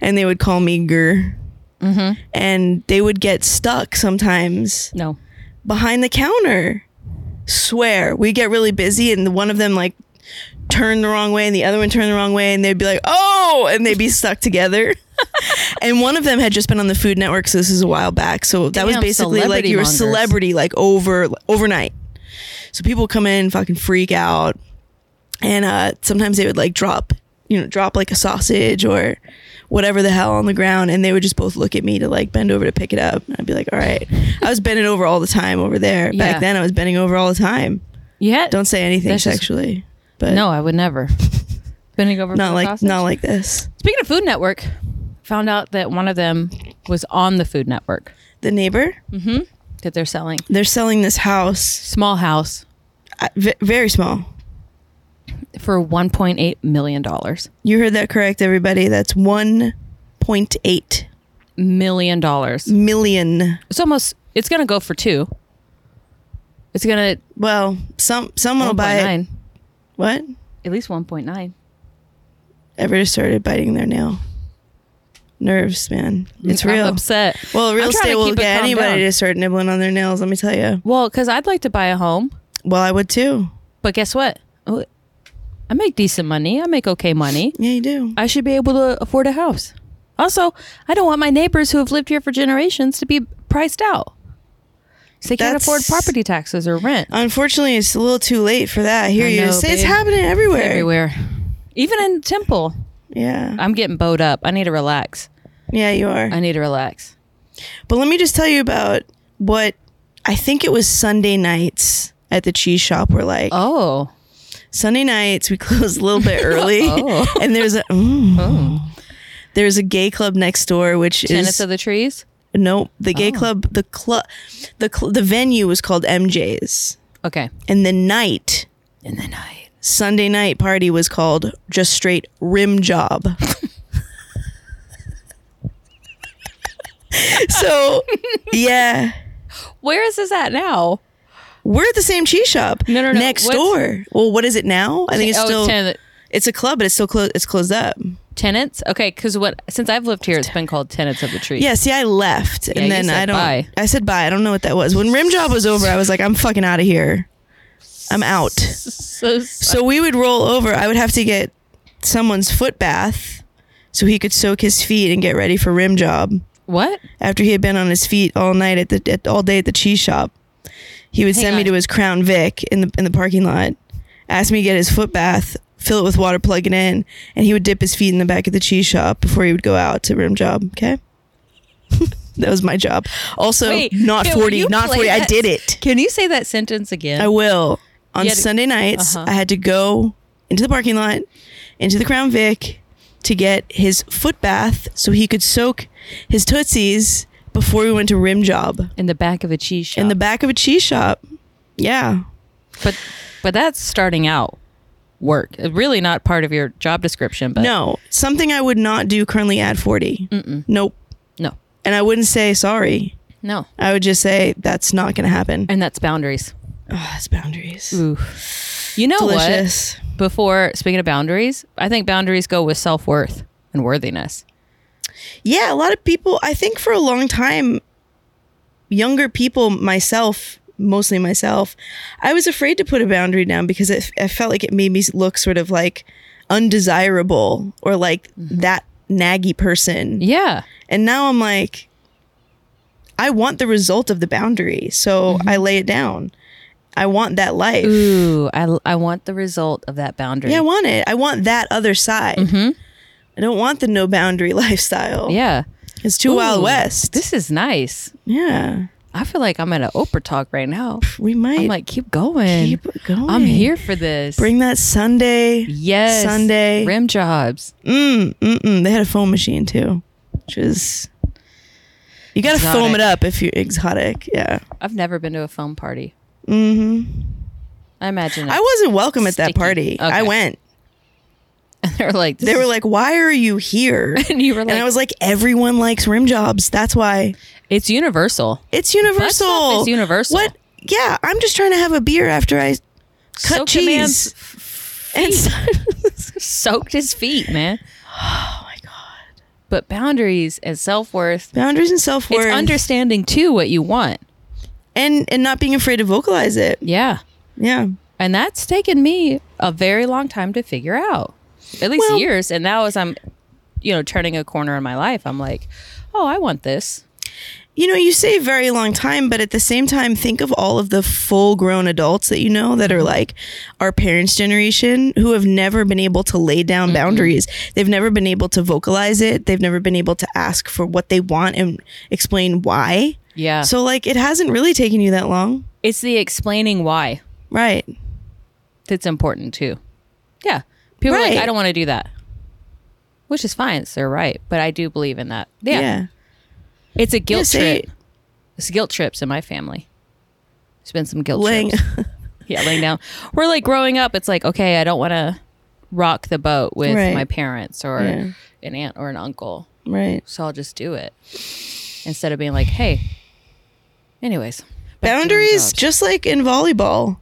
Speaker 2: and they would call me "gur." And they would get stuck sometimes
Speaker 1: No.
Speaker 2: behind the counter. Swear, we get really busy, and one of them like turned the wrong way, and the other one turned the wrong way, and they'd be like, "Oh!" and they'd be stuck together.
Speaker 1: [laughs]
Speaker 2: and one of them had just been on the Food Network, so this is a while back. So that was
Speaker 1: Damn,
Speaker 2: basically like
Speaker 1: celebrity
Speaker 2: you were a
Speaker 1: mongers.
Speaker 2: celebrity, like over overnight. So people come in, fucking freak out, and uh, sometimes they would like drop, you know, drop like a sausage or whatever the hell on the ground, and they would just both look at me to like bend over to pick it up. And I'd be like, "All right." I was bending over all the time over there.
Speaker 1: Yeah.
Speaker 2: Back then, I was bending over all the time.
Speaker 1: Yeah.
Speaker 2: Don't say anything
Speaker 1: That's just-
Speaker 2: sexually, but
Speaker 1: No, I would
Speaker 2: [laughs]
Speaker 1: never. Spinning over. for
Speaker 2: not
Speaker 1: the
Speaker 2: like
Speaker 1: sausage?
Speaker 2: not like this.
Speaker 1: Speaking of Food Network, found out that one of them was on the Food Network
Speaker 2: The neighbor,
Speaker 1: Mm-hmm. that they're selling.
Speaker 2: they're selling this house,
Speaker 1: Small house
Speaker 2: uh, v- very small.
Speaker 1: for 1.8 million dollars.
Speaker 2: You heard that correct, everybody. That's one point eight
Speaker 1: Million dollars.
Speaker 2: million.
Speaker 1: It's almost. It's gonna go for two. It's gonna.
Speaker 2: Well, some someone will buy it.
Speaker 1: 1.9.
Speaker 2: What?
Speaker 1: At least 1.9.
Speaker 2: Ever just started biting their nail. Nerves, man. It's
Speaker 1: Mm, I'm
Speaker 2: real.
Speaker 1: upset.
Speaker 2: Well, real
Speaker 1: I'm trying
Speaker 2: estate
Speaker 1: to
Speaker 2: will
Speaker 1: keep it
Speaker 2: get
Speaker 1: calmed
Speaker 2: anybody
Speaker 1: down.
Speaker 2: to start nibbling on their nails. Let me tell you.
Speaker 1: Well, because I'd like to buy a home,
Speaker 2: Well, I would too.
Speaker 1: but guess what? Oh, I make decent money. I make okay money.
Speaker 2: Yeah, you do.
Speaker 1: I should be able to afford a house. Also, I don't want my neighbors who have lived here for generations to be priced out. So they can't
Speaker 2: That's-
Speaker 1: afford property taxes or rent
Speaker 2: Unfortunately, it's a little too late for that. Here
Speaker 1: I
Speaker 2: you
Speaker 1: know,
Speaker 2: say it's
Speaker 1: babe.
Speaker 2: happening everywhere.
Speaker 1: everywhere. Even in Temple,
Speaker 2: Yeah.
Speaker 1: I'm getting bowed up. I need to relax.
Speaker 2: Yeah, you are.
Speaker 1: I need to relax.
Speaker 2: But let me just tell you about what I think it was Sunday nights at the cheese shop were like.
Speaker 1: Oh,
Speaker 2: Sunday nights we [laughs] closed a
Speaker 1: [laughs]
Speaker 2: little bit early,
Speaker 1: Oh.
Speaker 2: and there's a mm, there's a gay club next door, which
Speaker 1: tenants
Speaker 2: is
Speaker 1: of the trees.
Speaker 2: nope. The gay
Speaker 1: Oh.
Speaker 2: club, the club, the cl- the venue was called MJ's,
Speaker 1: Okay.
Speaker 2: and the night
Speaker 1: In the night.
Speaker 2: Sunday night party was called just straight rim job. [laughs] so yeah.
Speaker 1: Where is this at now?
Speaker 2: We're at the same cheese shop.
Speaker 1: No, no, no.
Speaker 2: Next
Speaker 1: What's-
Speaker 2: door. Well, what is it now? I think it's
Speaker 1: oh,
Speaker 2: still it's,
Speaker 1: ten-
Speaker 2: a club, but it's still closed. It's closed up.
Speaker 1: tenants. Okay, because what since I've lived here, it's been called tenants of the trees.
Speaker 2: Yeah. See, I left,
Speaker 1: Yeah,
Speaker 2: and
Speaker 1: you
Speaker 2: then
Speaker 1: said
Speaker 2: I don't.
Speaker 1: bye.
Speaker 2: I said bye. I don't know what that was. When rim job was over, I was like, I'm fucking out of here. I'm out.
Speaker 1: So,
Speaker 2: So we would roll over. I would have to get someone's foot bath so he could soak his feet and get ready for rim job.
Speaker 1: what?
Speaker 2: After he had been on his feet all night at the at, all day at the cheese shop, he would
Speaker 1: Hang
Speaker 2: send me
Speaker 1: on.
Speaker 2: to his Crown Vic in the in the parking lot, ask me to get his foot bath, fill it with water, plug it in, and he would dip his feet in the back of the cheese shop before he would go out to rim job. Okay, [laughs] that was my job. Also,
Speaker 1: Wait,
Speaker 2: not
Speaker 1: can
Speaker 2: forty,
Speaker 1: you
Speaker 2: not
Speaker 1: play
Speaker 2: forty. I
Speaker 1: that?
Speaker 2: did it.
Speaker 1: Can you say that sentence again?
Speaker 2: I will. On
Speaker 1: You had to-
Speaker 2: Sunday nights,
Speaker 1: Uh-huh.
Speaker 2: I had to go into the parking lot, into the Crown Vic, to get his foot bath so he could soak his tootsies before we went to rim job
Speaker 1: in the back of a cheese shop.
Speaker 2: in the back of a cheese shop. Yeah,
Speaker 1: but but that's starting out work. Uh, Really not part of your job description. But
Speaker 2: no, something I would not do currently at 40 Nope,
Speaker 1: no,
Speaker 2: and I wouldn't say sorry.
Speaker 1: no,
Speaker 2: I would just say that's not going to happen.
Speaker 1: and that's boundaries.
Speaker 2: Oh, that's boundaries.
Speaker 1: You know
Speaker 2: Delicious.
Speaker 1: what? before speaking of boundaries, I think boundaries go with self worth and worthiness.
Speaker 2: Yeah, a lot of people, I think for a long time, younger people, myself, mostly myself, I was afraid to put a boundary down because it, I felt like it made me look sort of like undesirable or like that naggy person.
Speaker 1: Mm-hmm. Yeah.
Speaker 2: And now I'm like, I want the result of the boundary. So I lay it down. I want that life.
Speaker 1: Mm-hmm. Ooh, I, I want the result of that boundary.
Speaker 2: Yeah, I want it. I want that other side.
Speaker 1: Mhm.
Speaker 2: I don't want the no boundary [laughs] lifestyle.
Speaker 1: yeah.
Speaker 2: It's too Wild
Speaker 1: Ooh,
Speaker 2: West.
Speaker 1: This is nice.
Speaker 2: yeah.
Speaker 1: I feel like I'm at an Oprah talk right now.
Speaker 2: We might
Speaker 1: I'm like, keep going.
Speaker 2: keep it going.
Speaker 1: I'm here for this.
Speaker 2: Bring that Sunday.
Speaker 1: yes
Speaker 2: Sunday.
Speaker 1: rim jobs.
Speaker 2: Mm, mm-mm. They had a foam machine too, which is you got to foam
Speaker 1: Exotic.
Speaker 2: it up if you're exotic. Yeah.
Speaker 1: I've never been to a film party.
Speaker 2: Mm-hmm.
Speaker 1: I imagine.
Speaker 2: I wasn't welcome at that
Speaker 1: Sticky.
Speaker 2: party. I
Speaker 1: Okay.
Speaker 2: went.
Speaker 1: [laughs] they were like.
Speaker 2: They were like, "Why are you here?"
Speaker 1: [laughs] and you were
Speaker 2: and
Speaker 1: like,
Speaker 2: I was like, "Everyone likes rim jobs. That's why
Speaker 1: it's universal.
Speaker 2: it's universal.
Speaker 1: stuff is universal.
Speaker 2: What? Yeah, I'm just trying to have a beer after I cut
Speaker 1: Soaked a man's
Speaker 2: cheese and
Speaker 1: soaked his feet, man. [sighs] Oh my god. But boundaries and self worth.
Speaker 2: [laughs] boundaries and self
Speaker 1: It's
Speaker 2: worth.
Speaker 1: understanding too what you want.
Speaker 2: and and not being afraid to vocalize it.
Speaker 1: Yeah.
Speaker 2: Yeah.
Speaker 1: And that's taken me a very long time to figure out. At least
Speaker 2: Well-
Speaker 1: years. And now as I'm you know, turning a corner in my life, I'm like, Oh, I want this.
Speaker 2: You know, you say very long time, but at the same time, think of all of the full grown adults that you know that are like our parents' generation who have never been able to lay
Speaker 1: Mm-hmm.
Speaker 2: down boundaries. They've never been able to vocalize it. They've never been able to ask for what they want and explain why.
Speaker 1: Yeah. So
Speaker 2: So, like, it hasn't really taken you that long.
Speaker 1: it's the explaining why
Speaker 2: Right.
Speaker 1: that's important too. Yeah. People are
Speaker 2: Right.
Speaker 1: like, I don't want to do that. Which is fine, so they're right. But I do believe in that. Yeah. It's a guilt
Speaker 2: Yes, they-
Speaker 1: trip. It's guilt trips in my family. There's been some guilt
Speaker 2: Laying,
Speaker 1: trips.
Speaker 2: [laughs]
Speaker 1: Yeah, laying down. We're like growing up, it's like, okay, I don't want to rock the boat with
Speaker 2: Right.
Speaker 1: my parents or
Speaker 2: Yeah.
Speaker 1: an aunt or an uncle.
Speaker 2: right.
Speaker 1: So I'll just do it instead of being like, hey, anyways. back to jobs.
Speaker 2: Boundaries, just like in volleyball,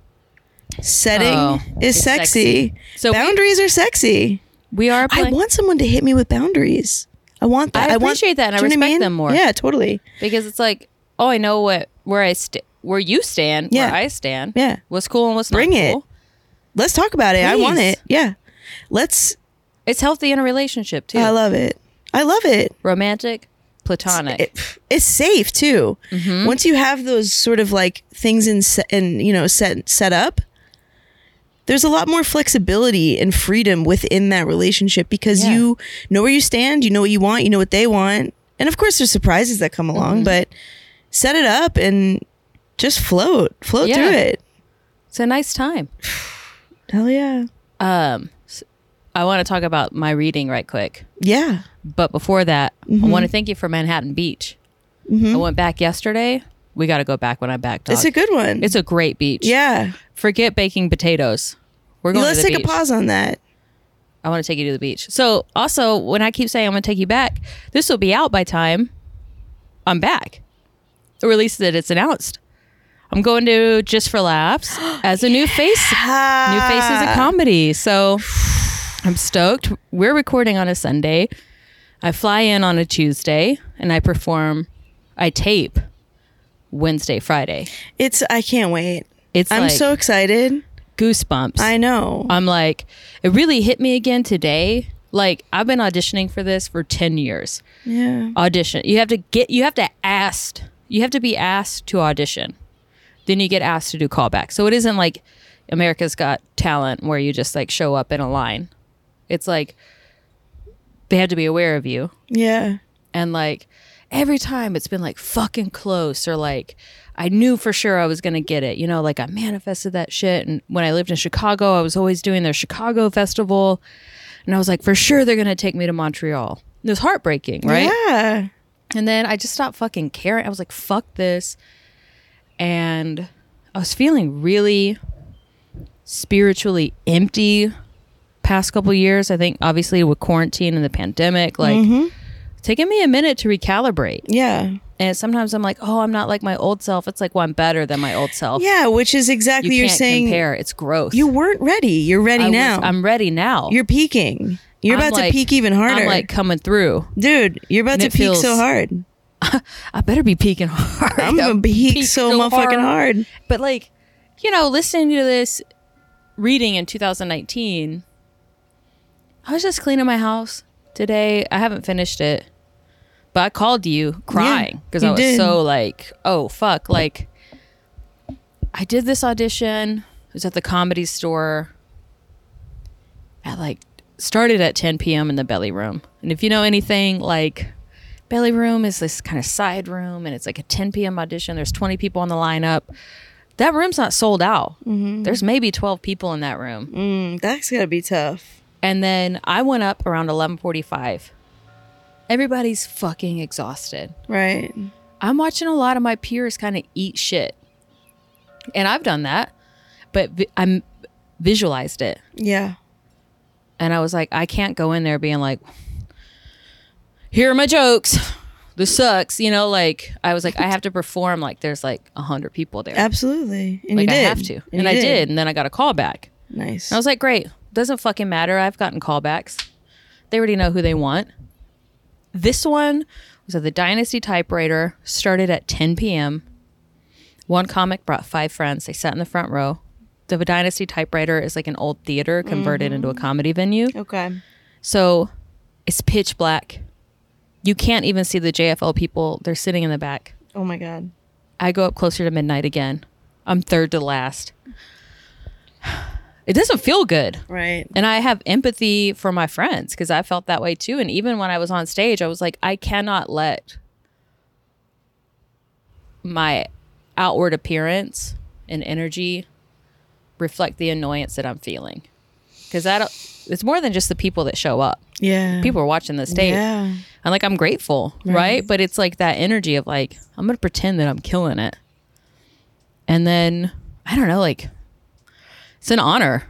Speaker 2: setting
Speaker 1: Oh,
Speaker 2: is
Speaker 1: it's
Speaker 2: sexy.
Speaker 1: sexy. So we-
Speaker 2: boundaries are sexy.
Speaker 1: We are
Speaker 2: I
Speaker 1: playing.
Speaker 2: want someone to hit me with boundaries. I want that.
Speaker 1: I
Speaker 2: want-
Speaker 1: appreciate that and I
Speaker 2: Do you know what
Speaker 1: respect them more.
Speaker 2: Yeah, totally.
Speaker 1: because it's like, oh, I know what where I st- where you stand,
Speaker 2: Yeah.
Speaker 1: where I stand.
Speaker 2: Yeah.
Speaker 1: What's cool and what's
Speaker 2: Bring
Speaker 1: not
Speaker 2: it.
Speaker 1: cool.
Speaker 2: Let's talk about it. I want
Speaker 1: Please.
Speaker 2: it. Yeah. Let's.
Speaker 1: It's healthy in a relationship too.
Speaker 2: I love it. I love it.
Speaker 1: Romantic, platonic.
Speaker 2: it pff, it's safe too.
Speaker 1: Mm-hmm.
Speaker 2: Once you have those sort of like things in se- and you know set set up, there's a lot more flexibility and freedom within that relationship because
Speaker 1: Yeah.
Speaker 2: you know where you stand, you know what you want, you know what they want, and of course there's surprises that come along,
Speaker 1: Mm-hmm.
Speaker 2: but set it up and just float, float
Speaker 1: Yeah.
Speaker 2: through it.
Speaker 1: it's a nice time.
Speaker 2: Hell yeah.
Speaker 1: Um, s- I want to talk about my reading right quick.
Speaker 2: Yeah.
Speaker 1: But before that,
Speaker 2: Mm-hmm.
Speaker 1: I want to thank you for Manhattan Beach. I went back yesterday. We got to go back when I'm back. Dog.
Speaker 2: It's a good one.
Speaker 1: It's a great beach.
Speaker 2: yeah.
Speaker 1: Forget baking potatoes. We're going
Speaker 2: Let's
Speaker 1: to the
Speaker 2: take
Speaker 1: beach.
Speaker 2: a pause on that.
Speaker 1: I want to take you to the beach. So also, when I keep saying I'm going to take you back, this will be out by time I'm back, or at least that it's announced. I'm going to Just for Laughs as a new face
Speaker 2: Uh,
Speaker 1: New Face is a comedy. So I'm stoked. We're recording on a Sunday. I fly in on a Tuesday and I perform, I tape Wednesday, Friday.
Speaker 2: It's I can't wait.
Speaker 1: It's
Speaker 2: I'm
Speaker 1: like Uh,
Speaker 2: so excited.
Speaker 1: goosebumps.
Speaker 2: I know.
Speaker 1: I'm like, it really hit me again today. Like, I've been auditioning for this for 10 years.
Speaker 2: yeah.
Speaker 1: Audition. You have to get, you have to asked, you have to be asked to audition. Then you get asked to do callbacks. So it isn't like America's Got Talent where you just like show up in a line. It's like they have to be aware of you.
Speaker 2: Yeah.
Speaker 1: And like every time it's been like fucking close or like I knew for sure I was going to get it. You know, like I manifested that shit. And when I lived in Chicago, I was always doing their Chicago festival. And I was like, for sure they're going to take me to Montreal. It was heartbreaking, right?
Speaker 2: Yeah.
Speaker 1: And then I just stopped fucking caring. I was like, fuck this. And I was feeling really spiritually empty past couple years. I think
Speaker 2: Mm-hmm.
Speaker 1: obviously with quarantine and the pandemic, like taking me a minute to recalibrate.
Speaker 2: Yeah.
Speaker 1: And sometimes I'm like, oh, I'm not like my old self. It's like, well, I'm better than my old self.
Speaker 2: Yeah, which is
Speaker 1: you
Speaker 2: exactly you are
Speaker 1: can't
Speaker 2: saying.
Speaker 1: compare. It's growth.
Speaker 2: You weren't ready. You're ready
Speaker 1: I was-
Speaker 2: now.
Speaker 1: I'm ready now.
Speaker 2: you're peaking. You're
Speaker 1: I'm
Speaker 2: about
Speaker 1: like-
Speaker 2: to peak even harder.
Speaker 1: I'm like coming through.
Speaker 2: dude, you're about
Speaker 1: and
Speaker 2: to
Speaker 1: it
Speaker 2: peak so
Speaker 1: feels-
Speaker 2: hard.
Speaker 1: I better be peaking hard. [laughs]
Speaker 2: I'm gonna peak so motherfucking hard.
Speaker 1: But like, you know, listening to this reading in 2019, I was just cleaning my house today. I haven't finished it, but I called you crying because
Speaker 2: you
Speaker 1: I was
Speaker 2: did.
Speaker 1: so like, oh fuck, like I did this audition. It was at the comedy store. At like started at 10 p.m. in the belly room, and if you know anything, like belly room is this kind of side room and it's like a 10 p.m. audition. There's 20 people on the lineup. That room's not sold out.
Speaker 2: Mm-hmm.
Speaker 1: There's maybe 12 people in that room.
Speaker 2: Mm, that's gotta be tough.
Speaker 1: And then I went up around 11:45. Everybody's fucking exhausted.
Speaker 2: Right.
Speaker 1: I'm watching a lot of my peers kind of eat shit. And I've done that, but vi- I'm visualized it.
Speaker 2: Yeah.
Speaker 1: And I was like, I can't go in there being like, here are my jokes. This sucks. You know, like I was like, I have to perform like there's like a hundred people
Speaker 2: [laughs]
Speaker 1: there.
Speaker 2: Absolutely. And
Speaker 1: like
Speaker 2: you
Speaker 1: I
Speaker 2: did.
Speaker 1: have to. And, I
Speaker 2: you
Speaker 1: did. And then I got a call back.
Speaker 2: Nice.
Speaker 1: I was like, great. Doesn't fucking matter. I've gotten callbacks. They already know who they want. This one was at the Dynasty typewriter, started at 10 p.m. One comic brought five friends. They sat in the front row. The Dynasty typewriter is like an old theater converted into a comedy venue.
Speaker 2: okay.
Speaker 1: So it's pitch black. You can't even see the JFL people. They're sitting in the back.
Speaker 2: Oh my god.
Speaker 1: I go up closer to midnight again. I'm third to last. [sighs] It doesn't feel good.
Speaker 2: Right.
Speaker 1: And I have empathy for my friends because I felt that way too. And even when I was on stage, I was like, I cannot let my outward appearance and energy reflect the annoyance that I'm feeling. Because I don't, it's more than just the people that show up.
Speaker 2: Yeah.
Speaker 1: People are watching this tape.
Speaker 2: Oh. Yeah.
Speaker 1: And like, I'm grateful, right. But it's like that energy of like, I'm going to pretend that I'm killing it. And then, I don't know, like, it's an honor.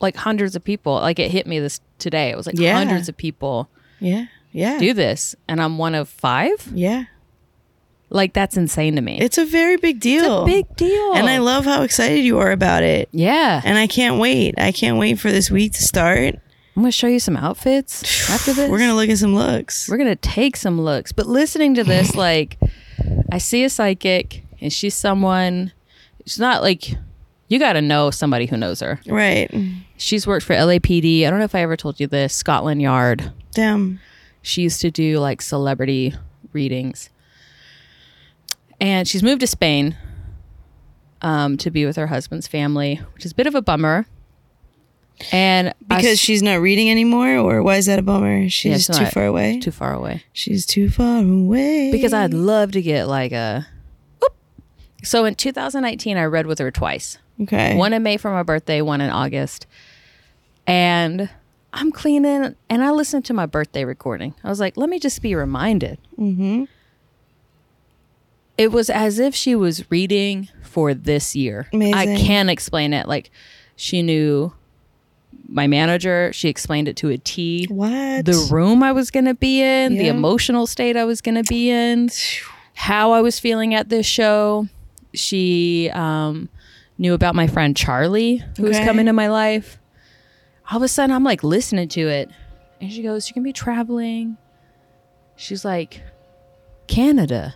Speaker 1: Like, hundreds of people, like, it hit me this today. It was like,
Speaker 2: Yeah.
Speaker 1: hundreds of people
Speaker 2: Yeah. Yeah.
Speaker 1: do this. And I'm one of five.
Speaker 2: Yeah.
Speaker 1: Like, that's insane to me.
Speaker 2: It's a very big deal.
Speaker 1: a big deal.
Speaker 2: And I love how excited you are about it.
Speaker 1: yeah.
Speaker 2: And I can't wait. I can't wait for this week to start.
Speaker 1: I'm going to show you some outfits after this.
Speaker 2: [sighs] We're gonna look at some looks.
Speaker 1: We're gonna take some looks. But listening to
Speaker 2: [laughs]
Speaker 1: this, like, I see a psychic, and she's someone. She's not like you got to know somebody who knows her.
Speaker 2: right.
Speaker 1: She's worked for LAPD. I don't know if I ever told you this. Scotland Yard.
Speaker 2: Damn.
Speaker 1: She used to do like celebrity readings, and she's moved to Spain um, to be with her husband's family, which is a bit of a bummer. And I
Speaker 2: Because
Speaker 1: s-
Speaker 2: she's not reading anymore, or why is that a bummer?
Speaker 1: yeah, she's
Speaker 2: She's too
Speaker 1: not-
Speaker 2: far away.
Speaker 1: Too far away.
Speaker 2: she's too far away.
Speaker 1: because I'd love to get like a. Oop. So in 2019, I read with her twice.
Speaker 2: okay.
Speaker 1: One in May for my birthday, one in August, and I'm cleaning and I listened to my birthday recording. I was like, let me just be reminded. Mm-hmm. It was as if she was reading for this year. I
Speaker 2: Amazing.
Speaker 1: can't explain it. Like she knew my manager. She explained it to a T
Speaker 2: what?
Speaker 1: the room I was going to be in, the
Speaker 2: Yeah.
Speaker 1: emotional state I was going to be in, how I was feeling at this show. She um, knew about my friend Charlie, who was
Speaker 2: Okay.
Speaker 1: coming to my life. All of a sudden, I'm like listening to it. And she goes, You can be traveling. She's like, Canada.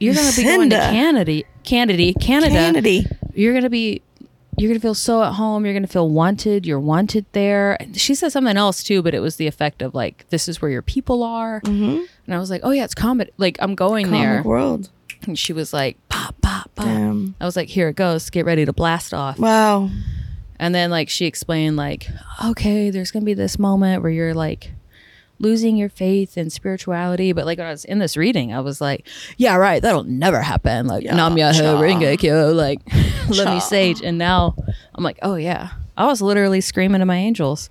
Speaker 1: You're going to be going to
Speaker 2: Lucinda.
Speaker 1: Canada, Canada, Canada.
Speaker 2: Kennedy.
Speaker 1: You're going to be you're going to feel so at home. You're going to feel wanted. You're wanted there. And She said something else too, but it was the effect of like, this is where your people are. And I was like, oh yeah, it's comedy. Like, I'm going there.
Speaker 2: Comic world.
Speaker 1: And she was like, pop, pop, pop.
Speaker 2: Damn.
Speaker 1: I was like, here it goes. Get ready to blast off.
Speaker 2: Wow.
Speaker 1: And then like she explained like, okay, there's gonna be this moment where you're like losing your faith and spirituality. But like when I was in this reading, I was like, yeah, right, that'll never happen. Like Nam Yaho Rengekyo, like [laughs] let me sage. And now I'm like, oh yeah, I was literally screaming to my angels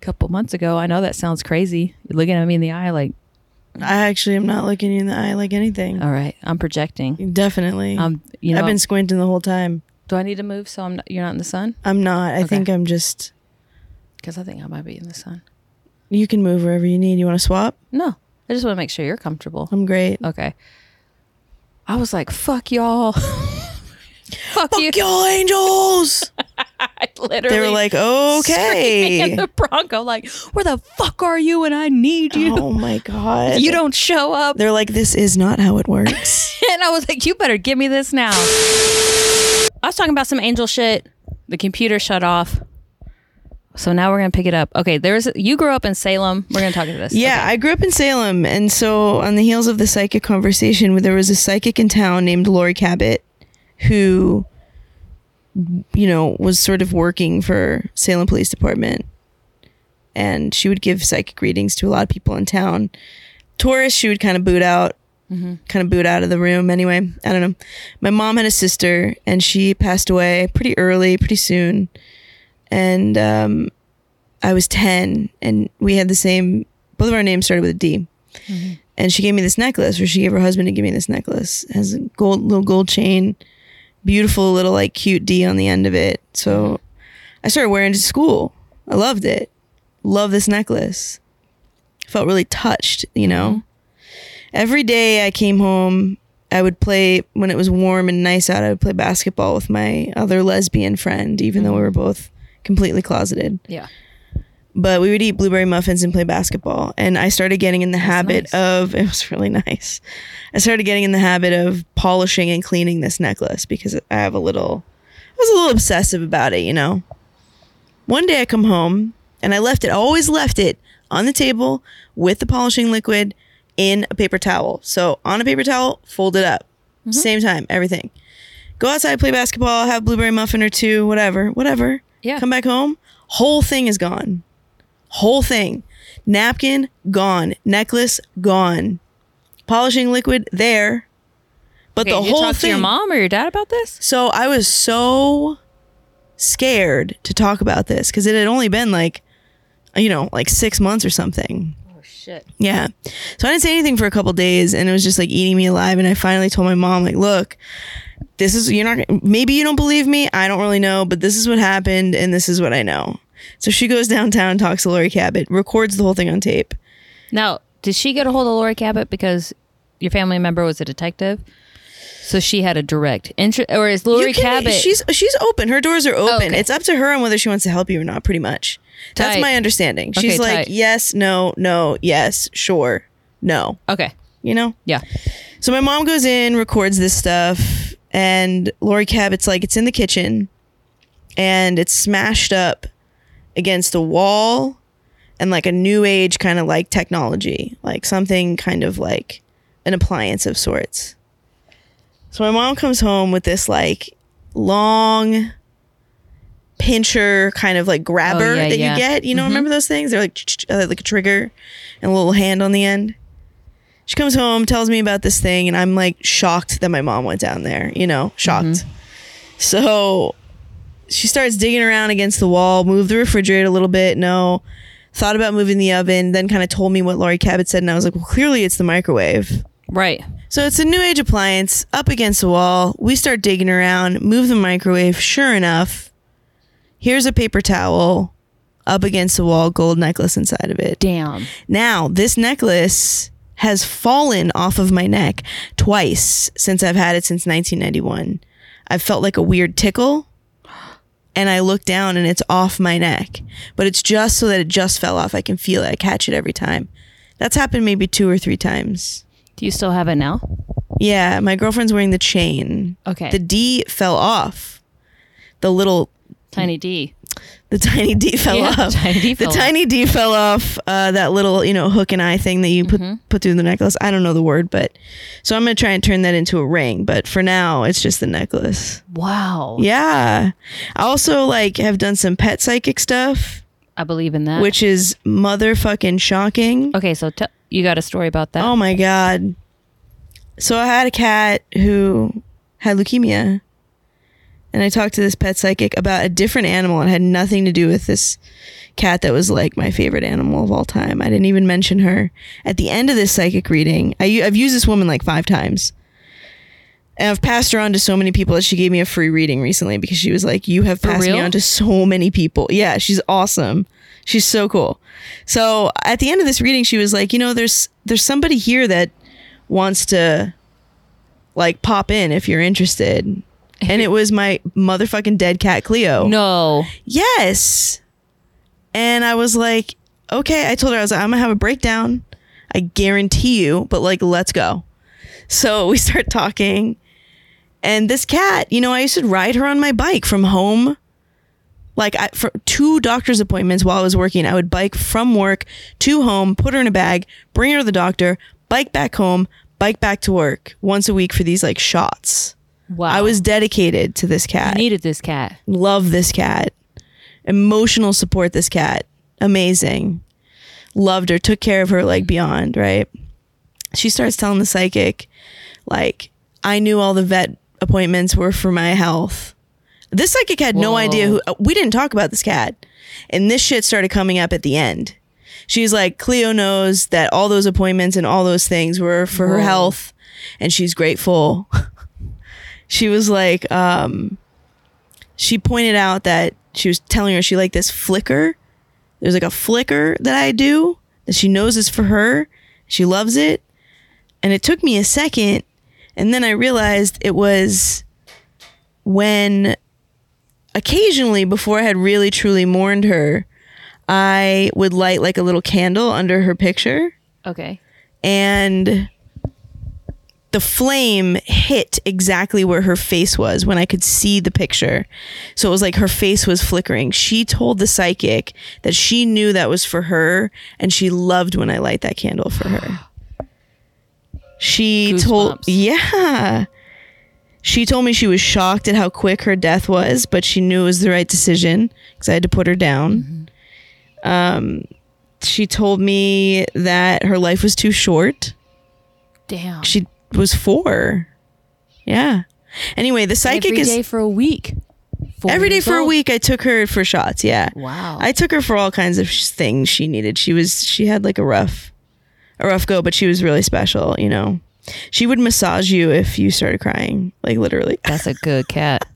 Speaker 1: a couple months ago. I know that sounds crazy. You're looking at me in the eye, like,
Speaker 2: I actually am not looking you in the eye like anything.
Speaker 1: all right, I'm projecting.
Speaker 2: Definitely.
Speaker 1: Uh, I'm, you know,
Speaker 2: I've been squinting the whole time.
Speaker 1: do I need to move so I'm not, you're not in the sun?
Speaker 2: I'm not. I think I'm just.
Speaker 1: Because I think I might be in the sun.
Speaker 2: You can move wherever you need. You want to swap?
Speaker 1: No, I just want to make sure you're comfortable.
Speaker 2: I'm great.
Speaker 1: Okay. I was like, fuck y'all. [laughs] fuck, you.
Speaker 2: Fuck y'all, angels.
Speaker 1: I literally
Speaker 2: they
Speaker 1: [laughs]
Speaker 2: were like,
Speaker 1: screaming
Speaker 2: okay.
Speaker 1: at [laughs] the Bronco, like, where the fuck are you when I need you?
Speaker 2: Oh my god.
Speaker 1: You don't show up. [laughs]
Speaker 2: They're like, this is not how it works.
Speaker 1: And I was like, you better give me this now. I was talking about some angel shit. The computer shut off. So now we're going to pick it up. Okay, there's you grew up in Salem. We're going to talk about this.
Speaker 2: yeah, I grew up in Salem, and so on the heels of the psychic conversation, there was a psychic in town named Lori Cabot, who, you know, was sort of working for Salem Police Department, and she would give psychic readings to a lot of people in town. Tourists, she would kind of boot out, kind of boot out of the room. Anyway, I don't know. My mom had a sister, and she passed away pretty early, pretty soon, and um, I was 10 and we had the same, both of our names started with a D. And she gave me this necklace, or she gave her husband to give me this necklace. It has a gold, little gold chain, beautiful little, like, cute D on the end of it. So I started wearing it to school. I loved it. Love this necklace. Felt really touched, you know? Every day I came home, I would play, when it was warm and nice out, I would play basketball with my other lesbian friend, even though we were both completely closeted
Speaker 1: Yeah.
Speaker 2: but we would eat blueberry muffins and play basketball. And I started getting in the habit
Speaker 1: nice.
Speaker 2: of [laughs] it was really nice. I started getting in the habit of polishing and cleaning this necklace because I have a little I was a little obsessive about it, you know. One day I come home and I left it, I always left it on the table with the polishing liquid in a paper towel. So on a paper towel, fold it up. Same time, everything. Go outside, play basketball, have blueberry muffin or two, whatever, whatever.
Speaker 1: Yeah.
Speaker 2: Come back home, whole thing is gone whole thing. Napkin gone, necklace gone, polishing liquid there, but
Speaker 1: Okay,
Speaker 2: the
Speaker 1: you
Speaker 2: whole
Speaker 1: talk
Speaker 2: thing.
Speaker 1: to your mom or your dad about this?
Speaker 2: So I was so scared to talk about this because it had only been like, you know, like six months or something.
Speaker 1: Oh shit.
Speaker 2: Yeah. So I didn't say anything for a couple days and it was just like eating me alive. And I finally told my mom, like, look, this is, you're not, maybe you don't believe me. I don't really know, but this is what happened and this is what I know. So she goes downtown, talks to Lori Cabot, records the whole thing on tape.
Speaker 1: Now, did she get a hold of Lori Cabot because your family member was a detective? So she had a direct interest, or is Lori
Speaker 2: You can-
Speaker 1: Cabot?
Speaker 2: She's, she's open. Her doors are open.
Speaker 1: okay.
Speaker 2: It's up to her on whether she wants to help you or not, pretty much. That's
Speaker 1: Tight.
Speaker 2: my understanding.
Speaker 1: Okay,
Speaker 2: She's like,
Speaker 1: tight.
Speaker 2: yes, no, no, yes, sure, no.
Speaker 1: okay.
Speaker 2: You know?
Speaker 1: Yeah.
Speaker 2: So my mom goes in, records this stuff, and Lori Cabot's like, it's in the kitchen, and it's smashed up against a wall, and like a new age kind of like technology, like something kind of like an appliance of sorts. So my mom comes home with this like long pincher kind of like grabber
Speaker 1: Oh, yeah,
Speaker 2: that
Speaker 1: yeah.
Speaker 2: you get. You know, remember those things? They're like ch- ch- uh, like a trigger and a little hand on the end. She comes home, tells me about this thing, and I'm like shocked that my mom went down there, you know, shocked.
Speaker 1: Mm-hmm.
Speaker 2: So she starts digging around against the wall, moved the refrigerator a little bit, no, thought about moving the oven, then kind of told me what Lori Cabot said, and I was like, well, clearly it's the microwave.
Speaker 1: Right.
Speaker 2: So it's a new age appliance up against the wall. We start digging around, move the microwave. Sure enough, here's a paper towel up against the wall, gold necklace inside of it.
Speaker 1: Damn.
Speaker 2: Now, this necklace has fallen off of my neck twice since I've had it since 1991. I felt like a weird tickle and I look down and it's off my neck, but it's just so that it just fell off. I can feel it. I catch it every time. That's happened maybe two or three times.
Speaker 1: Do you still have it now?
Speaker 2: Yeah, my girlfriend's wearing the chain.
Speaker 1: Okay.
Speaker 2: The D fell off. The little
Speaker 1: Tiny D.
Speaker 2: the tiny D fell
Speaker 1: Yeah, the
Speaker 2: off.
Speaker 1: tiny D
Speaker 2: The
Speaker 1: fell
Speaker 2: tiny D fell off. Uh, that little, you know, hook and eye thing that you put
Speaker 1: Mm-hmm.
Speaker 2: put through the necklace. I don't know the word, but so I'm gonna try and turn that into a ring. But for now, it's just the necklace.
Speaker 1: Wow.
Speaker 2: Yeah. I also like have done some pet psychic stuff,
Speaker 1: I believe in that.
Speaker 2: which is motherfucking shocking.
Speaker 1: Uh. Okay, so tell you got a story about that.
Speaker 2: Oh my god. So I had a cat who had leukemia. And I talked to this pet psychic about a different animal and had nothing to do with this cat that was like my favorite animal of all time. I didn't even mention her. At the end of this psychic reading, I, u- I've used this woman like five times. And I've passed her on to so many people that she gave me a free reading recently because she was like, You have passed me
Speaker 1: real?
Speaker 2: on to so many people. Yeah, she's awesome. She's so cool. So at the end of this reading, she was like, you know, there's there's somebody here that wants to like pop in if you're interested. And it was my motherfucking dead cat Cleo.
Speaker 1: No.
Speaker 2: Yes. And I was like, okay. I told her, I was like, I'm going to have a breakdown. I guarantee you, but like, let's go. So [laughs] we start talking. And this cat, you know, I used to ride her on my bike from home. Like, I, for two doctor's appointments while I was working, I would bike from work to home, put her in a bag, bring her to the doctor, bike back home, bike back to work once a week for these like shots.
Speaker 1: Wow.
Speaker 2: I was dedicated to this cat
Speaker 1: needed this cat.
Speaker 2: love this cat emotional support this cat amazing loved her took care of her like beyond right she starts telling the psychic like i knew all the vet appointments were for my health this psychic had no
Speaker 1: Whoa.
Speaker 2: idea who uh, we didn't talk about this cat and this shit started coming up at the end she's like cleo knows that all those appointments and all those things were for her health and she's grateful [laughs] she was like um she pointed out that she was telling her she liked this flicker. There's like a flicker that I do that she knows is for her. She loves it. And it took me a second. And then I realized it was when occasionally before I had really truly mourned her, I would light like a little candle under her picture
Speaker 1: Okay.
Speaker 2: and the flame hit exactly where her face was when I could see the picture. So it was like her face was flickering. She told the psychic that she knew that was for her and she loved when I light that candle for her. She told,
Speaker 1: Goosebumps.
Speaker 2: yeah. She told me she was shocked at how quick her death was, but she knew it was the right decision because I had to put her down Um, she told me that her life was too short.
Speaker 1: Damn.
Speaker 2: She was four. Yeah. Anyway, the psychic
Speaker 1: Every day
Speaker 2: is
Speaker 1: for a week. Four
Speaker 2: every day
Speaker 1: years
Speaker 2: for a
Speaker 1: old?
Speaker 2: week. I took her for shots. Yeah.
Speaker 1: Wow.
Speaker 2: I took her for all kinds of sh- things she needed. She was she had like a rough, a rough go, but she was really special. You know, she would massage you if you started crying, like literally. [laughs]
Speaker 1: That's a good cat.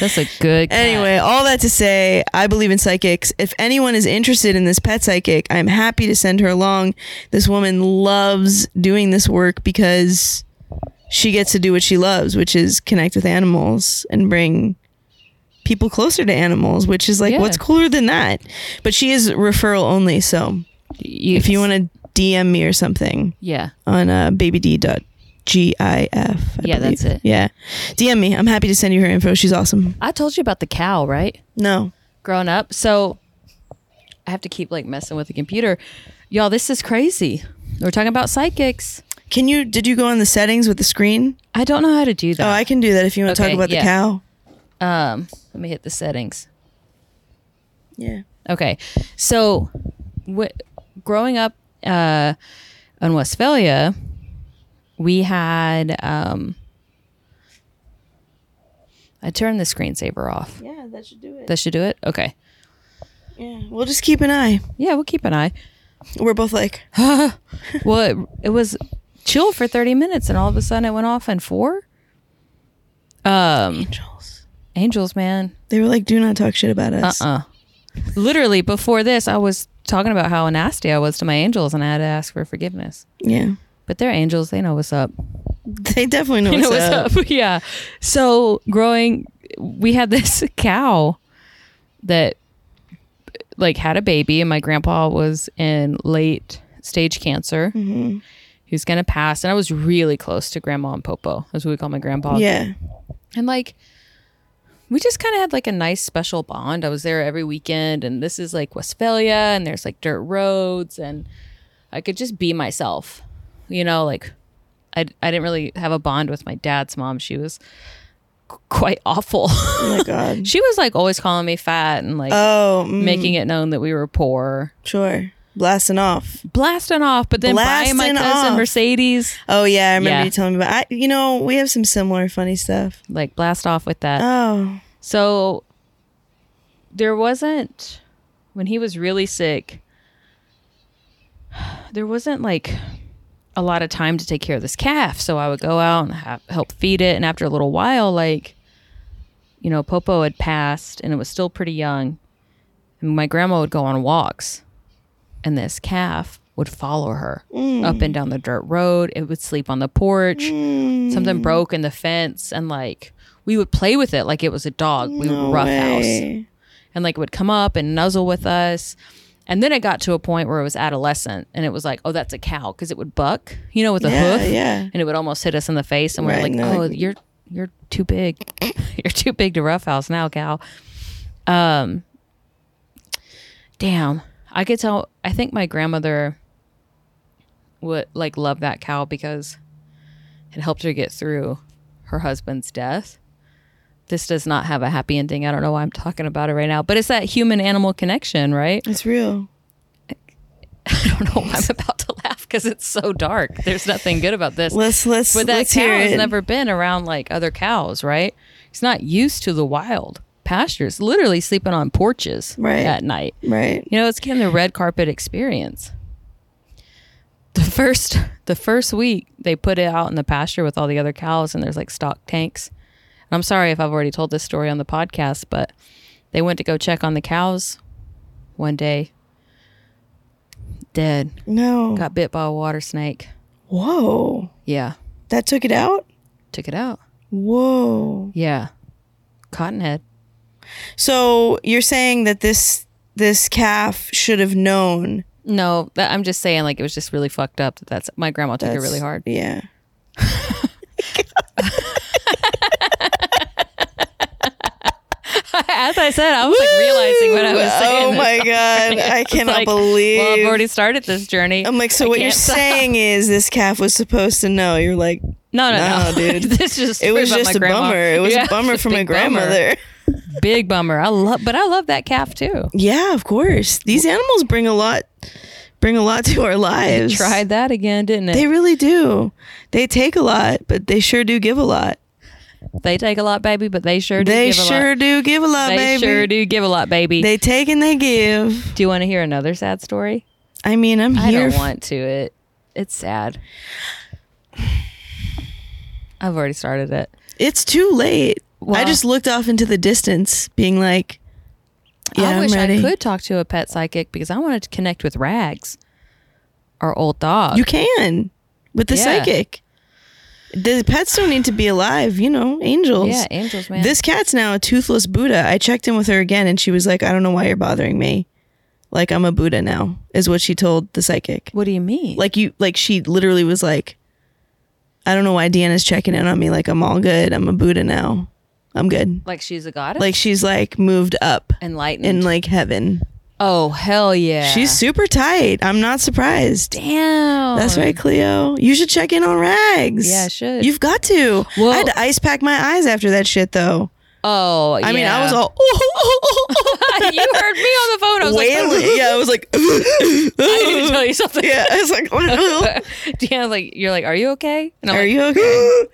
Speaker 1: That's a good cat.
Speaker 2: Anyway, all that to say, I believe in psychics. If anyone is interested in this pet psychic, I'm happy to send her along. This woman loves doing this work because she gets to do what she loves, which is connect with animals and bring people closer to animals, which is like
Speaker 1: Yeah.
Speaker 2: what's cooler than that. But she is referral only, so if you want to DM me or something,
Speaker 1: Yeah.
Speaker 2: on uh, babyd.gif. I
Speaker 1: Yeah, that's
Speaker 2: believe.
Speaker 1: it.
Speaker 2: Yeah. DM me. I'm happy to send you her info. She's awesome.
Speaker 1: I told you about the cow, right?
Speaker 2: No.
Speaker 1: Growing up. So I have to keep like messing with the computer. Y'all, this is crazy. We're talking about psychics.
Speaker 2: Can you? Did you go in the settings with the screen?
Speaker 1: I don't know how to do that.
Speaker 2: Oh, I can do that if you want to
Speaker 1: Okay,
Speaker 2: talk about
Speaker 1: yeah.
Speaker 2: the cow.
Speaker 1: um, let me hit the settings.
Speaker 2: Yeah.
Speaker 1: Okay. So, wh- growing up uh, in Westphalia, we had. Um, I turned the screensaver off.
Speaker 2: Yeah, that should do it.
Speaker 1: That should do it? Okay.
Speaker 2: yeah. We'll just keep an eye.
Speaker 1: Yeah, we'll keep an eye.
Speaker 2: We're both like, [gasps]
Speaker 1: Well, it, it was chill for 30 minutes and all of a sudden it went off in four. Um,
Speaker 2: angels.
Speaker 1: angels, man.
Speaker 2: They were like, do not talk shit about us.
Speaker 1: Uh-uh. Literally before this, I was talking about how nasty I was to my angels and I had to ask for forgiveness.
Speaker 2: Yeah. [laughs]
Speaker 1: But they're angels. They know what's up.
Speaker 2: They definitely know
Speaker 1: You
Speaker 2: what's,
Speaker 1: know what's
Speaker 2: up.
Speaker 1: up. [laughs] yeah. So growing, we had this [laughs] cow that like had a baby, and my grandpa was in late stage cancer. He was gonna pass, and I was really close to Grandma and Popo. That's what we call my grandpa.
Speaker 2: Yeah.
Speaker 1: And like, we just kind of had like a nice special bond. I was there every weekend, and this is like Westphalia, and there's like dirt roads, and I could just be myself. You know, like I, I didn't really have a bond with my dad's mom. She was qu- quite awful. [laughs]
Speaker 2: Oh my god.
Speaker 1: she was like always calling me fat and like
Speaker 2: oh, mm,
Speaker 1: making it known that we were poor.
Speaker 2: sure. Blasting off.
Speaker 1: Blasting off, but then buying
Speaker 2: Blasting
Speaker 1: my cousin
Speaker 2: off.
Speaker 1: Mercedes,
Speaker 2: Oh yeah, I remember
Speaker 1: Yeah.
Speaker 2: you telling me about. I, you know, we have some similar funny stuff.
Speaker 1: like blast off with that.
Speaker 2: Oh.
Speaker 1: So there wasn't when he was really sick. There wasn't like a lot of time to take care of this calf, so I would go out and ha help feed it. And after a little while, like you know, Popo had passed, and it was still pretty young. And my grandma would go on walks, and this calf would follow her
Speaker 2: Mm.
Speaker 1: up and down the dirt road. It would sleep on the porch.
Speaker 2: Mm.
Speaker 1: Something broke in the fence, and like we would play with it like it was a dog. We
Speaker 2: No
Speaker 1: would rough house
Speaker 2: way.
Speaker 1: and like it would come up and nuzzle with us. And then it got to a point where it was adolescent and it was like, oh, that's a cow because it would buck, you know, with a
Speaker 2: Yeah,
Speaker 1: hoof.
Speaker 2: yeah.
Speaker 1: And it would almost hit us in the face. And we are
Speaker 2: Right,
Speaker 1: like,
Speaker 2: and they're
Speaker 1: oh,
Speaker 2: like-
Speaker 1: you're you're too big. [laughs] you're too big to roughhouse now, cow. Um, damn. I could tell, I think my grandmother would like love that cow because it helped her get through her husband's death. This does not have a happy ending. I don't know why I'm talking about it right now, but it's that human animal connection, right? [laughs]
Speaker 2: It's real.
Speaker 1: I don't know why I'm about to laugh because it's so dark. There's nothing good about this.
Speaker 2: Let's let's
Speaker 1: but that
Speaker 2: let's
Speaker 1: cow
Speaker 2: hear
Speaker 1: has
Speaker 2: it.
Speaker 1: never been around like other cows, right? He's not used to the wild pastures, literally sleeping on porches
Speaker 2: Right.
Speaker 1: at night.
Speaker 2: right.
Speaker 1: You know, it's getting the red carpet experience. The first the first week they put it out in the pasture with all the other cows and there's like stock tanks. I'm sorry if I've already told this story on the podcast, but they went to go check on the cows one day. Dead.
Speaker 2: No.
Speaker 1: Got bit by a water snake.
Speaker 2: Whoa.
Speaker 1: Yeah.
Speaker 2: That took it out.
Speaker 1: Took it out.
Speaker 2: Whoa.
Speaker 1: Yeah. Cottonhead.
Speaker 2: So you're saying that this this calf should have known.
Speaker 1: No, that, I'm just saying like it was just really fucked up that that's my grandma took it
Speaker 2: that's-
Speaker 1: really hard.
Speaker 2: Yeah.
Speaker 1: As I said, I was like realizing what I was saying. [laughs]
Speaker 2: Oh my god! I
Speaker 1: It's
Speaker 2: cannot
Speaker 1: like,
Speaker 2: believe.
Speaker 1: Well, I've already started this journey.
Speaker 2: I'm like, so
Speaker 1: I
Speaker 2: what you're
Speaker 1: can't stop.
Speaker 2: saying is this calf was supposed to know. You're like,
Speaker 1: No, no, no,
Speaker 2: No,
Speaker 1: [laughs]
Speaker 2: dude.
Speaker 1: this is just
Speaker 2: it was
Speaker 1: about my
Speaker 2: just a
Speaker 1: grandma.
Speaker 2: bummer. It was
Speaker 1: Yeah, [laughs]
Speaker 2: a bummer
Speaker 1: just
Speaker 2: for
Speaker 1: a
Speaker 2: my
Speaker 1: big bummer.
Speaker 2: grandmother.
Speaker 1: Big bummer. I love, but I love that calf too.
Speaker 2: Yeah, of course. These animals bring a lot, bring a lot to our lives.
Speaker 1: Tried that again, didn't it?
Speaker 2: They really do. They take a lot, but they sure do give a lot.
Speaker 1: They take a lot, baby, but they sure do.
Speaker 2: They
Speaker 1: give A
Speaker 2: sure
Speaker 1: lot.
Speaker 2: do give a lot,
Speaker 1: They
Speaker 2: baby.
Speaker 1: sure do give a lot, baby.
Speaker 2: They take and they give.
Speaker 1: do you want to hear another sad story?
Speaker 2: I mean, I'm
Speaker 1: I
Speaker 2: here.
Speaker 1: don't
Speaker 2: f-
Speaker 1: want to. It it's sad. I've already started it.
Speaker 2: it's too late.
Speaker 1: Wow.
Speaker 2: I just looked off into the distance, being like, "Yeah,
Speaker 1: I
Speaker 2: am
Speaker 1: wish
Speaker 2: ready."
Speaker 1: I could talk to a pet psychic because I wanted to connect with Rags, our old dog.
Speaker 2: You can with the
Speaker 1: Yeah.
Speaker 2: psychic. The pets don't need to be alive, you know, angels.
Speaker 1: yeah, angels, man.
Speaker 2: This cat's now a toothless Buddha. I checked in with her again and she was like, I don't know why you're bothering me. Like I'm a Buddha now, is what she told the psychic.
Speaker 1: what do you mean?
Speaker 2: Like you like she literally was like, I don't know why Deanna's checking in on me. Like I'm all good. I'm a Buddha now. I'm good.
Speaker 1: like she's a goddess,
Speaker 2: Like she's like moved up
Speaker 1: enlightened.
Speaker 2: in like heaven.
Speaker 1: oh hell yeah,
Speaker 2: She's super tight. I'm not surprised.
Speaker 1: damn.
Speaker 2: That's right, Cleo. You should check in on Rags.
Speaker 1: Yeah, I should.
Speaker 2: You've got to.
Speaker 1: Well-
Speaker 2: I had to ice pack my eyes after that shit, though.
Speaker 1: Oh,
Speaker 2: I mean, I was
Speaker 1: yeah.
Speaker 2: all
Speaker 1: [laughs]
Speaker 2: [laughs]
Speaker 1: you heard me on the phone. I was [laughs]
Speaker 2: wailing.
Speaker 1: like,
Speaker 2: yeah, I was like, [laughs]
Speaker 1: I need to tell you something. [laughs]
Speaker 2: yeah, I was like, [laughs]
Speaker 1: Deanna's like, you're like, are you okay? And I'm
Speaker 2: are
Speaker 1: like,
Speaker 2: you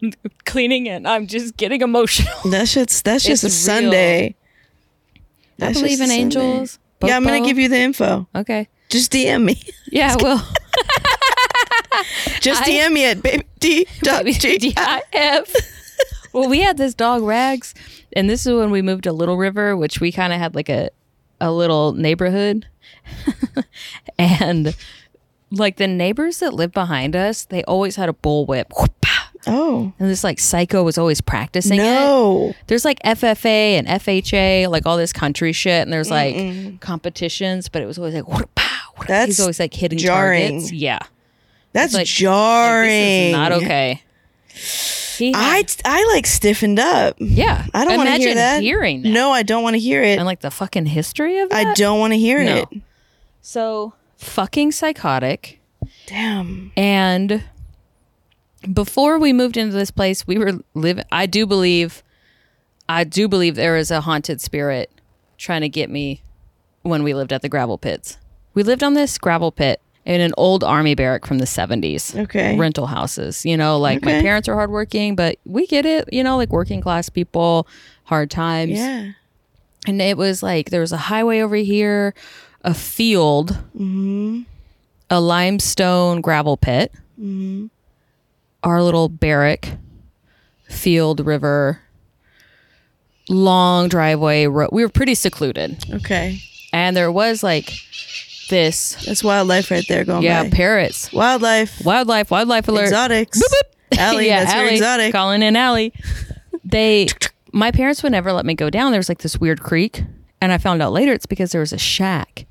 Speaker 2: okay?
Speaker 1: [laughs] cleaning and I'm just getting emotional.
Speaker 2: That shit's that's just
Speaker 1: It's
Speaker 2: a
Speaker 1: real.
Speaker 2: Sunday.
Speaker 1: I
Speaker 2: That's
Speaker 1: believe
Speaker 2: just
Speaker 1: in
Speaker 2: a Sunday.
Speaker 1: angels.
Speaker 2: Yeah, I'm gonna
Speaker 1: Bopo.
Speaker 2: give you the info.
Speaker 1: Okay.
Speaker 2: Just DM me. [laughs]
Speaker 1: Yeah, well,
Speaker 2: Just
Speaker 1: I-
Speaker 2: DM
Speaker 1: [laughs]
Speaker 2: me at baby D. dot G.
Speaker 1: DIF. well, we had this dog Rags, and this is when we moved to Little River, which we kind of had like a a little neighborhood, [laughs] and like the neighbors that lived behind us, they always had a bullwhip, [laughs]
Speaker 2: Oh
Speaker 1: and this like psycho was always practicing it
Speaker 2: no!
Speaker 1: there's like FFA and FHA, like all this country shit, and there's like competitions, but it was always like [laughs] what about?
Speaker 2: That's
Speaker 1: He's always like hitting
Speaker 2: jarring.
Speaker 1: targets. Yeah,
Speaker 2: That's
Speaker 1: like,
Speaker 2: jarring.
Speaker 1: Like, this is not okay. He
Speaker 2: I
Speaker 1: had-
Speaker 2: I like stiffened up.
Speaker 1: yeah,
Speaker 2: I don't want to hear
Speaker 1: Imagine
Speaker 2: that.
Speaker 1: Hearing that.
Speaker 2: No, I don't want to hear it.
Speaker 1: and like the fucking history of that.
Speaker 2: I don't want to hear
Speaker 1: No.
Speaker 2: it.
Speaker 1: So fucking psychotic.
Speaker 2: Damn.
Speaker 1: And before we moved into this place, we were living. I do believe, I do believe there is a haunted spirit trying to get me when we lived at the gravel pits. We lived on this gravel pit in an old army barrack from the 70s.
Speaker 2: Okay.
Speaker 1: Rental houses. You know, like my
Speaker 2: Okay.
Speaker 1: parents are hardworking, but we get it, you know, like working class people, hard times.
Speaker 2: Yeah.
Speaker 1: And it was like there was a highway over here, a field, a limestone gravel pit, our little barrack, field, river, long driveway road. We were pretty secluded,
Speaker 2: Okay.
Speaker 1: and there was like this.
Speaker 2: That's wildlife right there going
Speaker 1: Yeah,
Speaker 2: by.
Speaker 1: parrots,
Speaker 2: wildlife.
Speaker 1: wildlife, wildlife alert.
Speaker 2: Exotics.
Speaker 1: [laughs]
Speaker 2: [laughs] Allie, that's your
Speaker 1: Allie,
Speaker 2: exotic.
Speaker 1: Calling in Allie. They, my parents would never let me go down. There was like this weird creek, and I found out later it's because there was a shack,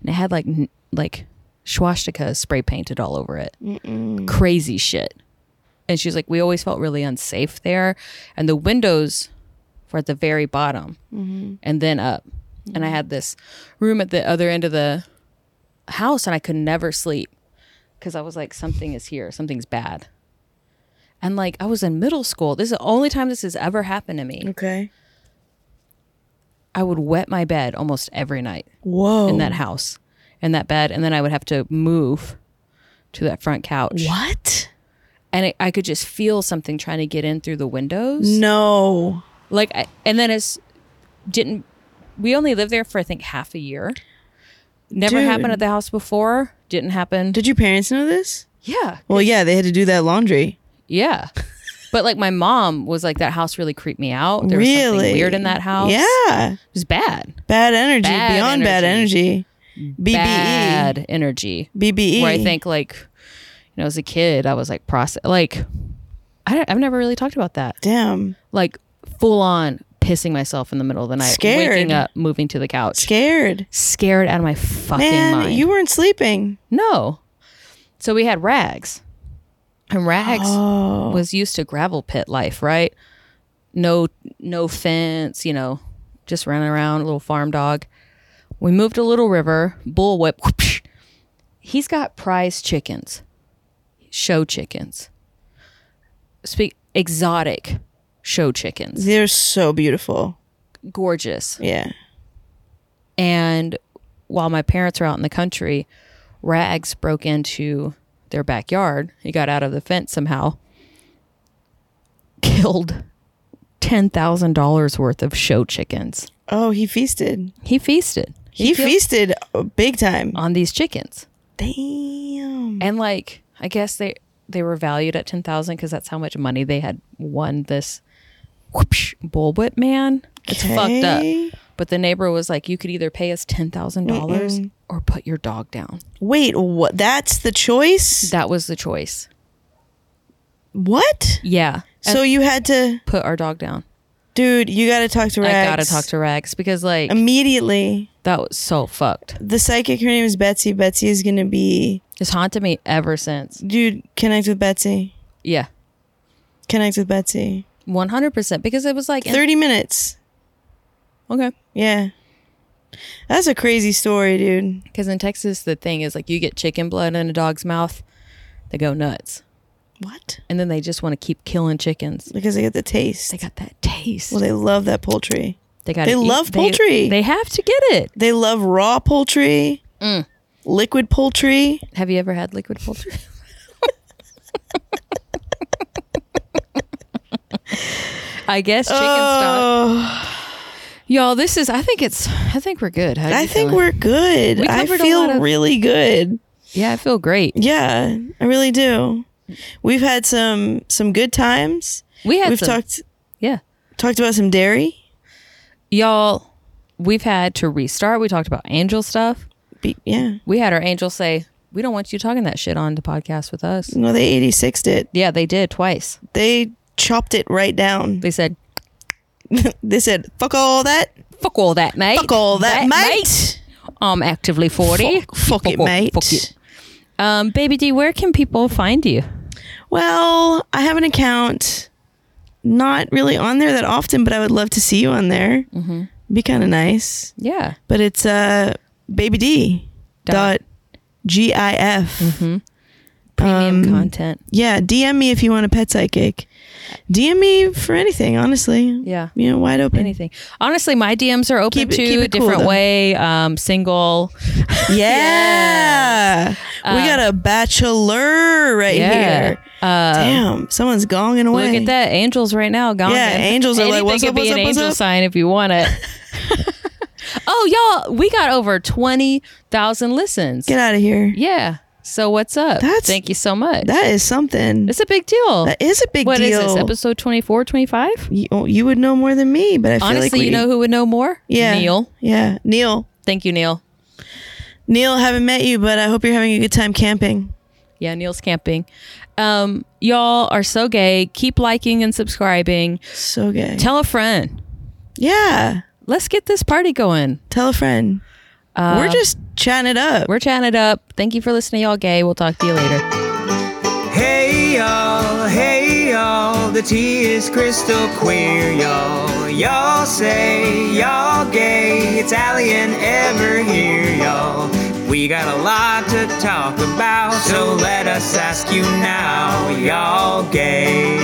Speaker 1: and it had like n- like swastika spray painted all over it. Crazy shit. And she's like, we always felt really unsafe there, and the windows were at the very bottom, and then up. And I had this room at the other end of the house, and I could never sleep because I was like, something is here, something's bad. And like I was in middle school. This is the only time this has ever happened to me.
Speaker 2: Okay.
Speaker 1: I would wet my bed almost every night
Speaker 2: Whoa.
Speaker 1: in that house, in that bed, and then I would have to move to that front couch.
Speaker 2: What?
Speaker 1: And it, I could just feel something trying to get in through the windows.
Speaker 2: No.
Speaker 1: Like, I, and then it's didn't. We only lived there for I think half a year. Never happened
Speaker 2: Dude.
Speaker 1: at the house before. Didn't happen.
Speaker 2: Did your parents know this?
Speaker 1: yeah,
Speaker 2: Well, yeah, they had to do that laundry. [laughs]
Speaker 1: yeah. but like my mom was like that house really creeped me out. There was
Speaker 2: Really?
Speaker 1: something weird in that house.
Speaker 2: Yeah.
Speaker 1: it was bad.
Speaker 2: Bad energy.
Speaker 1: Bad
Speaker 2: beyond bad energy. E. BBE.
Speaker 1: bad energy.
Speaker 2: BBE.
Speaker 1: Where I think like, you know, as a kid, I was like process like, I don't, I've never really talked about that.
Speaker 2: Damn.
Speaker 1: Like full on pissing myself in the middle of the night,
Speaker 2: Scared.
Speaker 1: waking up, moving to the couch,
Speaker 2: Scared.
Speaker 1: scared out of my fucking
Speaker 2: Man,
Speaker 1: mind.
Speaker 2: you weren't sleeping.
Speaker 1: no. So we had rags, and rags was used to gravel pit life, right? No, no fence, you know, just running around, a little farm dog. We moved to Little River, bull whip. whoopsh. He's got prize chickens, show chickens. Speak exotic show chickens,
Speaker 2: They're so beautiful.
Speaker 1: gorgeous.
Speaker 2: Yeah.
Speaker 1: And while my parents were out in the country, Rags broke into their backyard. He got out of the fence somehow, [laughs] killed $10,000 worth of show chickens.
Speaker 2: Oh, he feasted.
Speaker 1: He Oh. feasted
Speaker 2: He, feasted uh, big time.
Speaker 1: on these chickens.
Speaker 2: Damn.
Speaker 1: And like, I guess they they were valued at 10,000 cuz that's how much money they had won this whoopsh, bullwhip man. It's fucked up.
Speaker 2: Okay.
Speaker 1: But the neighbor was like, you could either pay us $10,000 or put your dog down.
Speaker 2: Wait, what? That's the choice?
Speaker 1: That was the choice.
Speaker 2: What?
Speaker 1: Yeah.
Speaker 2: So you had to,
Speaker 1: put our dog down.
Speaker 2: dude, you got to talk to Rex.
Speaker 1: I gotta talk to Rags because like
Speaker 2: Immediately.
Speaker 1: that was so fucked.
Speaker 2: The psychic, her name is Betsy. Betsy is going to be,
Speaker 1: It's haunted me ever since.
Speaker 2: dude, connect with Betsy.
Speaker 1: Yeah,
Speaker 2: Connect with Betsy.
Speaker 1: one hundred percent. Because it was like
Speaker 2: 30 minutes.
Speaker 1: okay.
Speaker 2: Yeah. That's a crazy story, dude.
Speaker 1: Because in Texas, the thing is like you get chicken blood in a dog's mouth, they go nuts,
Speaker 2: What?
Speaker 1: and then they just want to keep killing chickens.
Speaker 2: Because they get the taste.
Speaker 1: They got that taste.
Speaker 2: well, they love that poultry.
Speaker 1: they got.
Speaker 2: they love poultry.
Speaker 1: They, have to get it.
Speaker 2: They love raw poultry,
Speaker 1: Mm.
Speaker 2: liquid poultry.
Speaker 1: Have you ever had liquid
Speaker 2: [laughs]
Speaker 1: poultry? I guess chicken stock.
Speaker 2: Oh,
Speaker 1: Y'all, this is. I think it's. I think we're good. How do
Speaker 2: I
Speaker 1: you
Speaker 2: think
Speaker 1: feeling?
Speaker 2: we're good.
Speaker 1: We
Speaker 2: I
Speaker 1: covered a
Speaker 2: feel
Speaker 1: lot of-
Speaker 2: really good.
Speaker 1: Yeah, I feel great.
Speaker 2: Yeah, I really do. We've had some some good times.
Speaker 1: We had
Speaker 2: We've
Speaker 1: some-
Speaker 2: talked
Speaker 1: Yeah,
Speaker 2: talked about some dairy
Speaker 1: y'all. We've had to restart. We talked about angel stuff.
Speaker 2: Be- yeah.
Speaker 1: We had our angel say, "We don't want you talking that shit on the podcast with us."
Speaker 2: No, they 86'd it.
Speaker 1: Yeah, they did twice.
Speaker 2: They chopped it right down. [laughs]
Speaker 1: They said,
Speaker 2: They said, "Fuck all that.
Speaker 1: "Fuck all that, mate.
Speaker 2: Fuck all that, mate."
Speaker 1: I'm actively forty.
Speaker 2: Fuck, fuck it,
Speaker 1: all-
Speaker 2: mate."
Speaker 1: Fuck you. Um, baby D, where can people find you?
Speaker 2: Well, I have an account, not really on there that often, but I would love to see you on there.
Speaker 1: Mm-hmm.
Speaker 2: Be kind of nice.
Speaker 1: Yeah,
Speaker 2: But it's uh, baby D dot gif.
Speaker 1: Mm-hmm. premium
Speaker 2: Um,
Speaker 1: content.
Speaker 2: Yeah, DM me if you want a pet psychic. DM me for anything, honestly.
Speaker 1: Yeah.
Speaker 2: you know, wide open.
Speaker 1: Anything. Honestly, my DMs are open
Speaker 2: Keep it-
Speaker 1: to
Speaker 2: keep
Speaker 1: a
Speaker 2: it cool,
Speaker 1: different
Speaker 2: though.
Speaker 1: way. Um,
Speaker 2: [laughs]
Speaker 1: single.
Speaker 2: Yeah, we got a bachelor right
Speaker 1: Yeah. Uh,
Speaker 2: here. Damn, someone's gonging away.
Speaker 1: Look at that. Angels right now gone.
Speaker 2: Yeah, angels are like, what's
Speaker 1: could
Speaker 2: up,
Speaker 1: be
Speaker 2: what's
Speaker 1: an
Speaker 2: up, what's
Speaker 1: angel
Speaker 2: up?
Speaker 1: sign if you want
Speaker 2: [laughs]
Speaker 1: it. oh, y'all, we got over 20,000 listens.
Speaker 2: Get out of here.
Speaker 1: yeah.
Speaker 4: So what's up?
Speaker 2: That's-
Speaker 4: Thank you so much.
Speaker 2: That is something.
Speaker 4: it's a big deal.
Speaker 2: That is a big
Speaker 4: What is
Speaker 2: deal.
Speaker 4: this? Episode 24, 25?
Speaker 2: you, oh, you would know more than me, but I feel
Speaker 4: Honestly,
Speaker 2: like we,
Speaker 4: you know who would know more?
Speaker 2: yeah,
Speaker 4: Neil.
Speaker 2: Yeah, Neil.
Speaker 4: Thank you, Neil.
Speaker 2: Neil, haven't met you, but I hope you're having a good time camping.
Speaker 4: Yeah, Neil's camping. Um, y'all are so gay. Keep liking and subscribing.
Speaker 2: So gay.
Speaker 4: Tell a friend.
Speaker 2: yeah,
Speaker 4: Let's get this party going. Um,
Speaker 2: tell a friend.
Speaker 4: Uh,
Speaker 2: we're just chatting it up.
Speaker 4: We're chatting it up. Thank you for listening, y'all gay. We'll talk to you later.
Speaker 3: Hey y'all, hey y'all, the tea is crystal queer, y'all. Y'all say y'all gay, it's Allie and Ever here, y'all. We got a lot to talk about, so let us ask you now, y'all gay.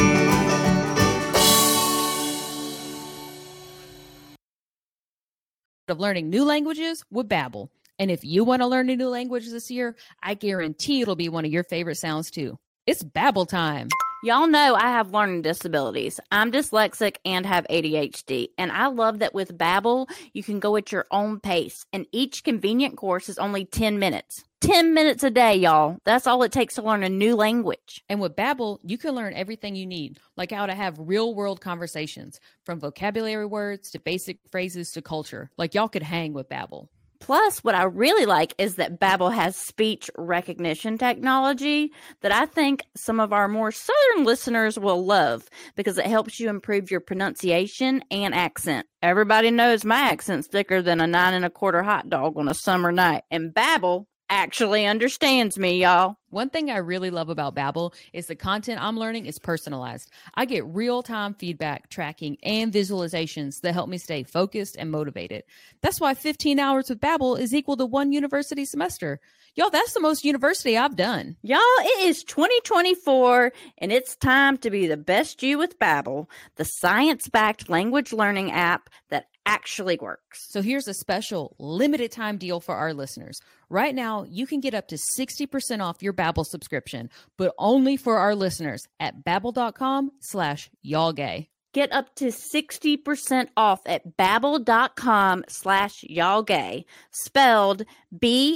Speaker 1: of learning new languages with Babbel. And if you want to learn a new language this year, I guarantee it'll be one of your favorite sounds too. It's Babbel time.
Speaker 5: Y'all know I have learning disabilities. I'm dyslexic and have ADHD, and I love that with Babbel, you can go at your own pace, and each convenient course is only 10 minutes. 10 minutes a day, y'all. That's all it takes to learn a new language.
Speaker 1: And with Babbel, you can learn everything you need, like how to have real-world conversations, from vocabulary words to basic phrases to culture. Like y'all could hang with Babbel.
Speaker 5: Plus, what I really like is that Babbel has speech recognition technology that I think some of our more southern listeners will love because it helps you improve your pronunciation and accent. Everybody knows my accent's thicker than a nine and a quarter hot dog on a summer night, and Babbel actually understands me, y'all.
Speaker 1: One thing I really love about Babbel is the content I'm learning is personalized. I get real-time feedback, tracking, and visualizations that help me stay focused and motivated. That's why 15 hours with Babbel is equal to one university semester. Y'all, that's the most university I've done.
Speaker 5: Y'all, it is 2024 and it's time to be the best you with Babbel, the science-backed language learning app that actually works.
Speaker 1: So here's a special limited time deal for our listeners. Right now, you can get up to 60% off your Babbel subscription, but only for our listeners at babbel.com slash y'all gay.
Speaker 5: Get up to 60% off at babbel.com slash y'all gay, spelled B-A-B-B-E-L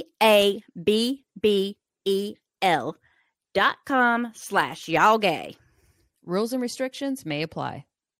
Speaker 5: E dot com slash y'all gay.
Speaker 1: Rules and restrictions may apply.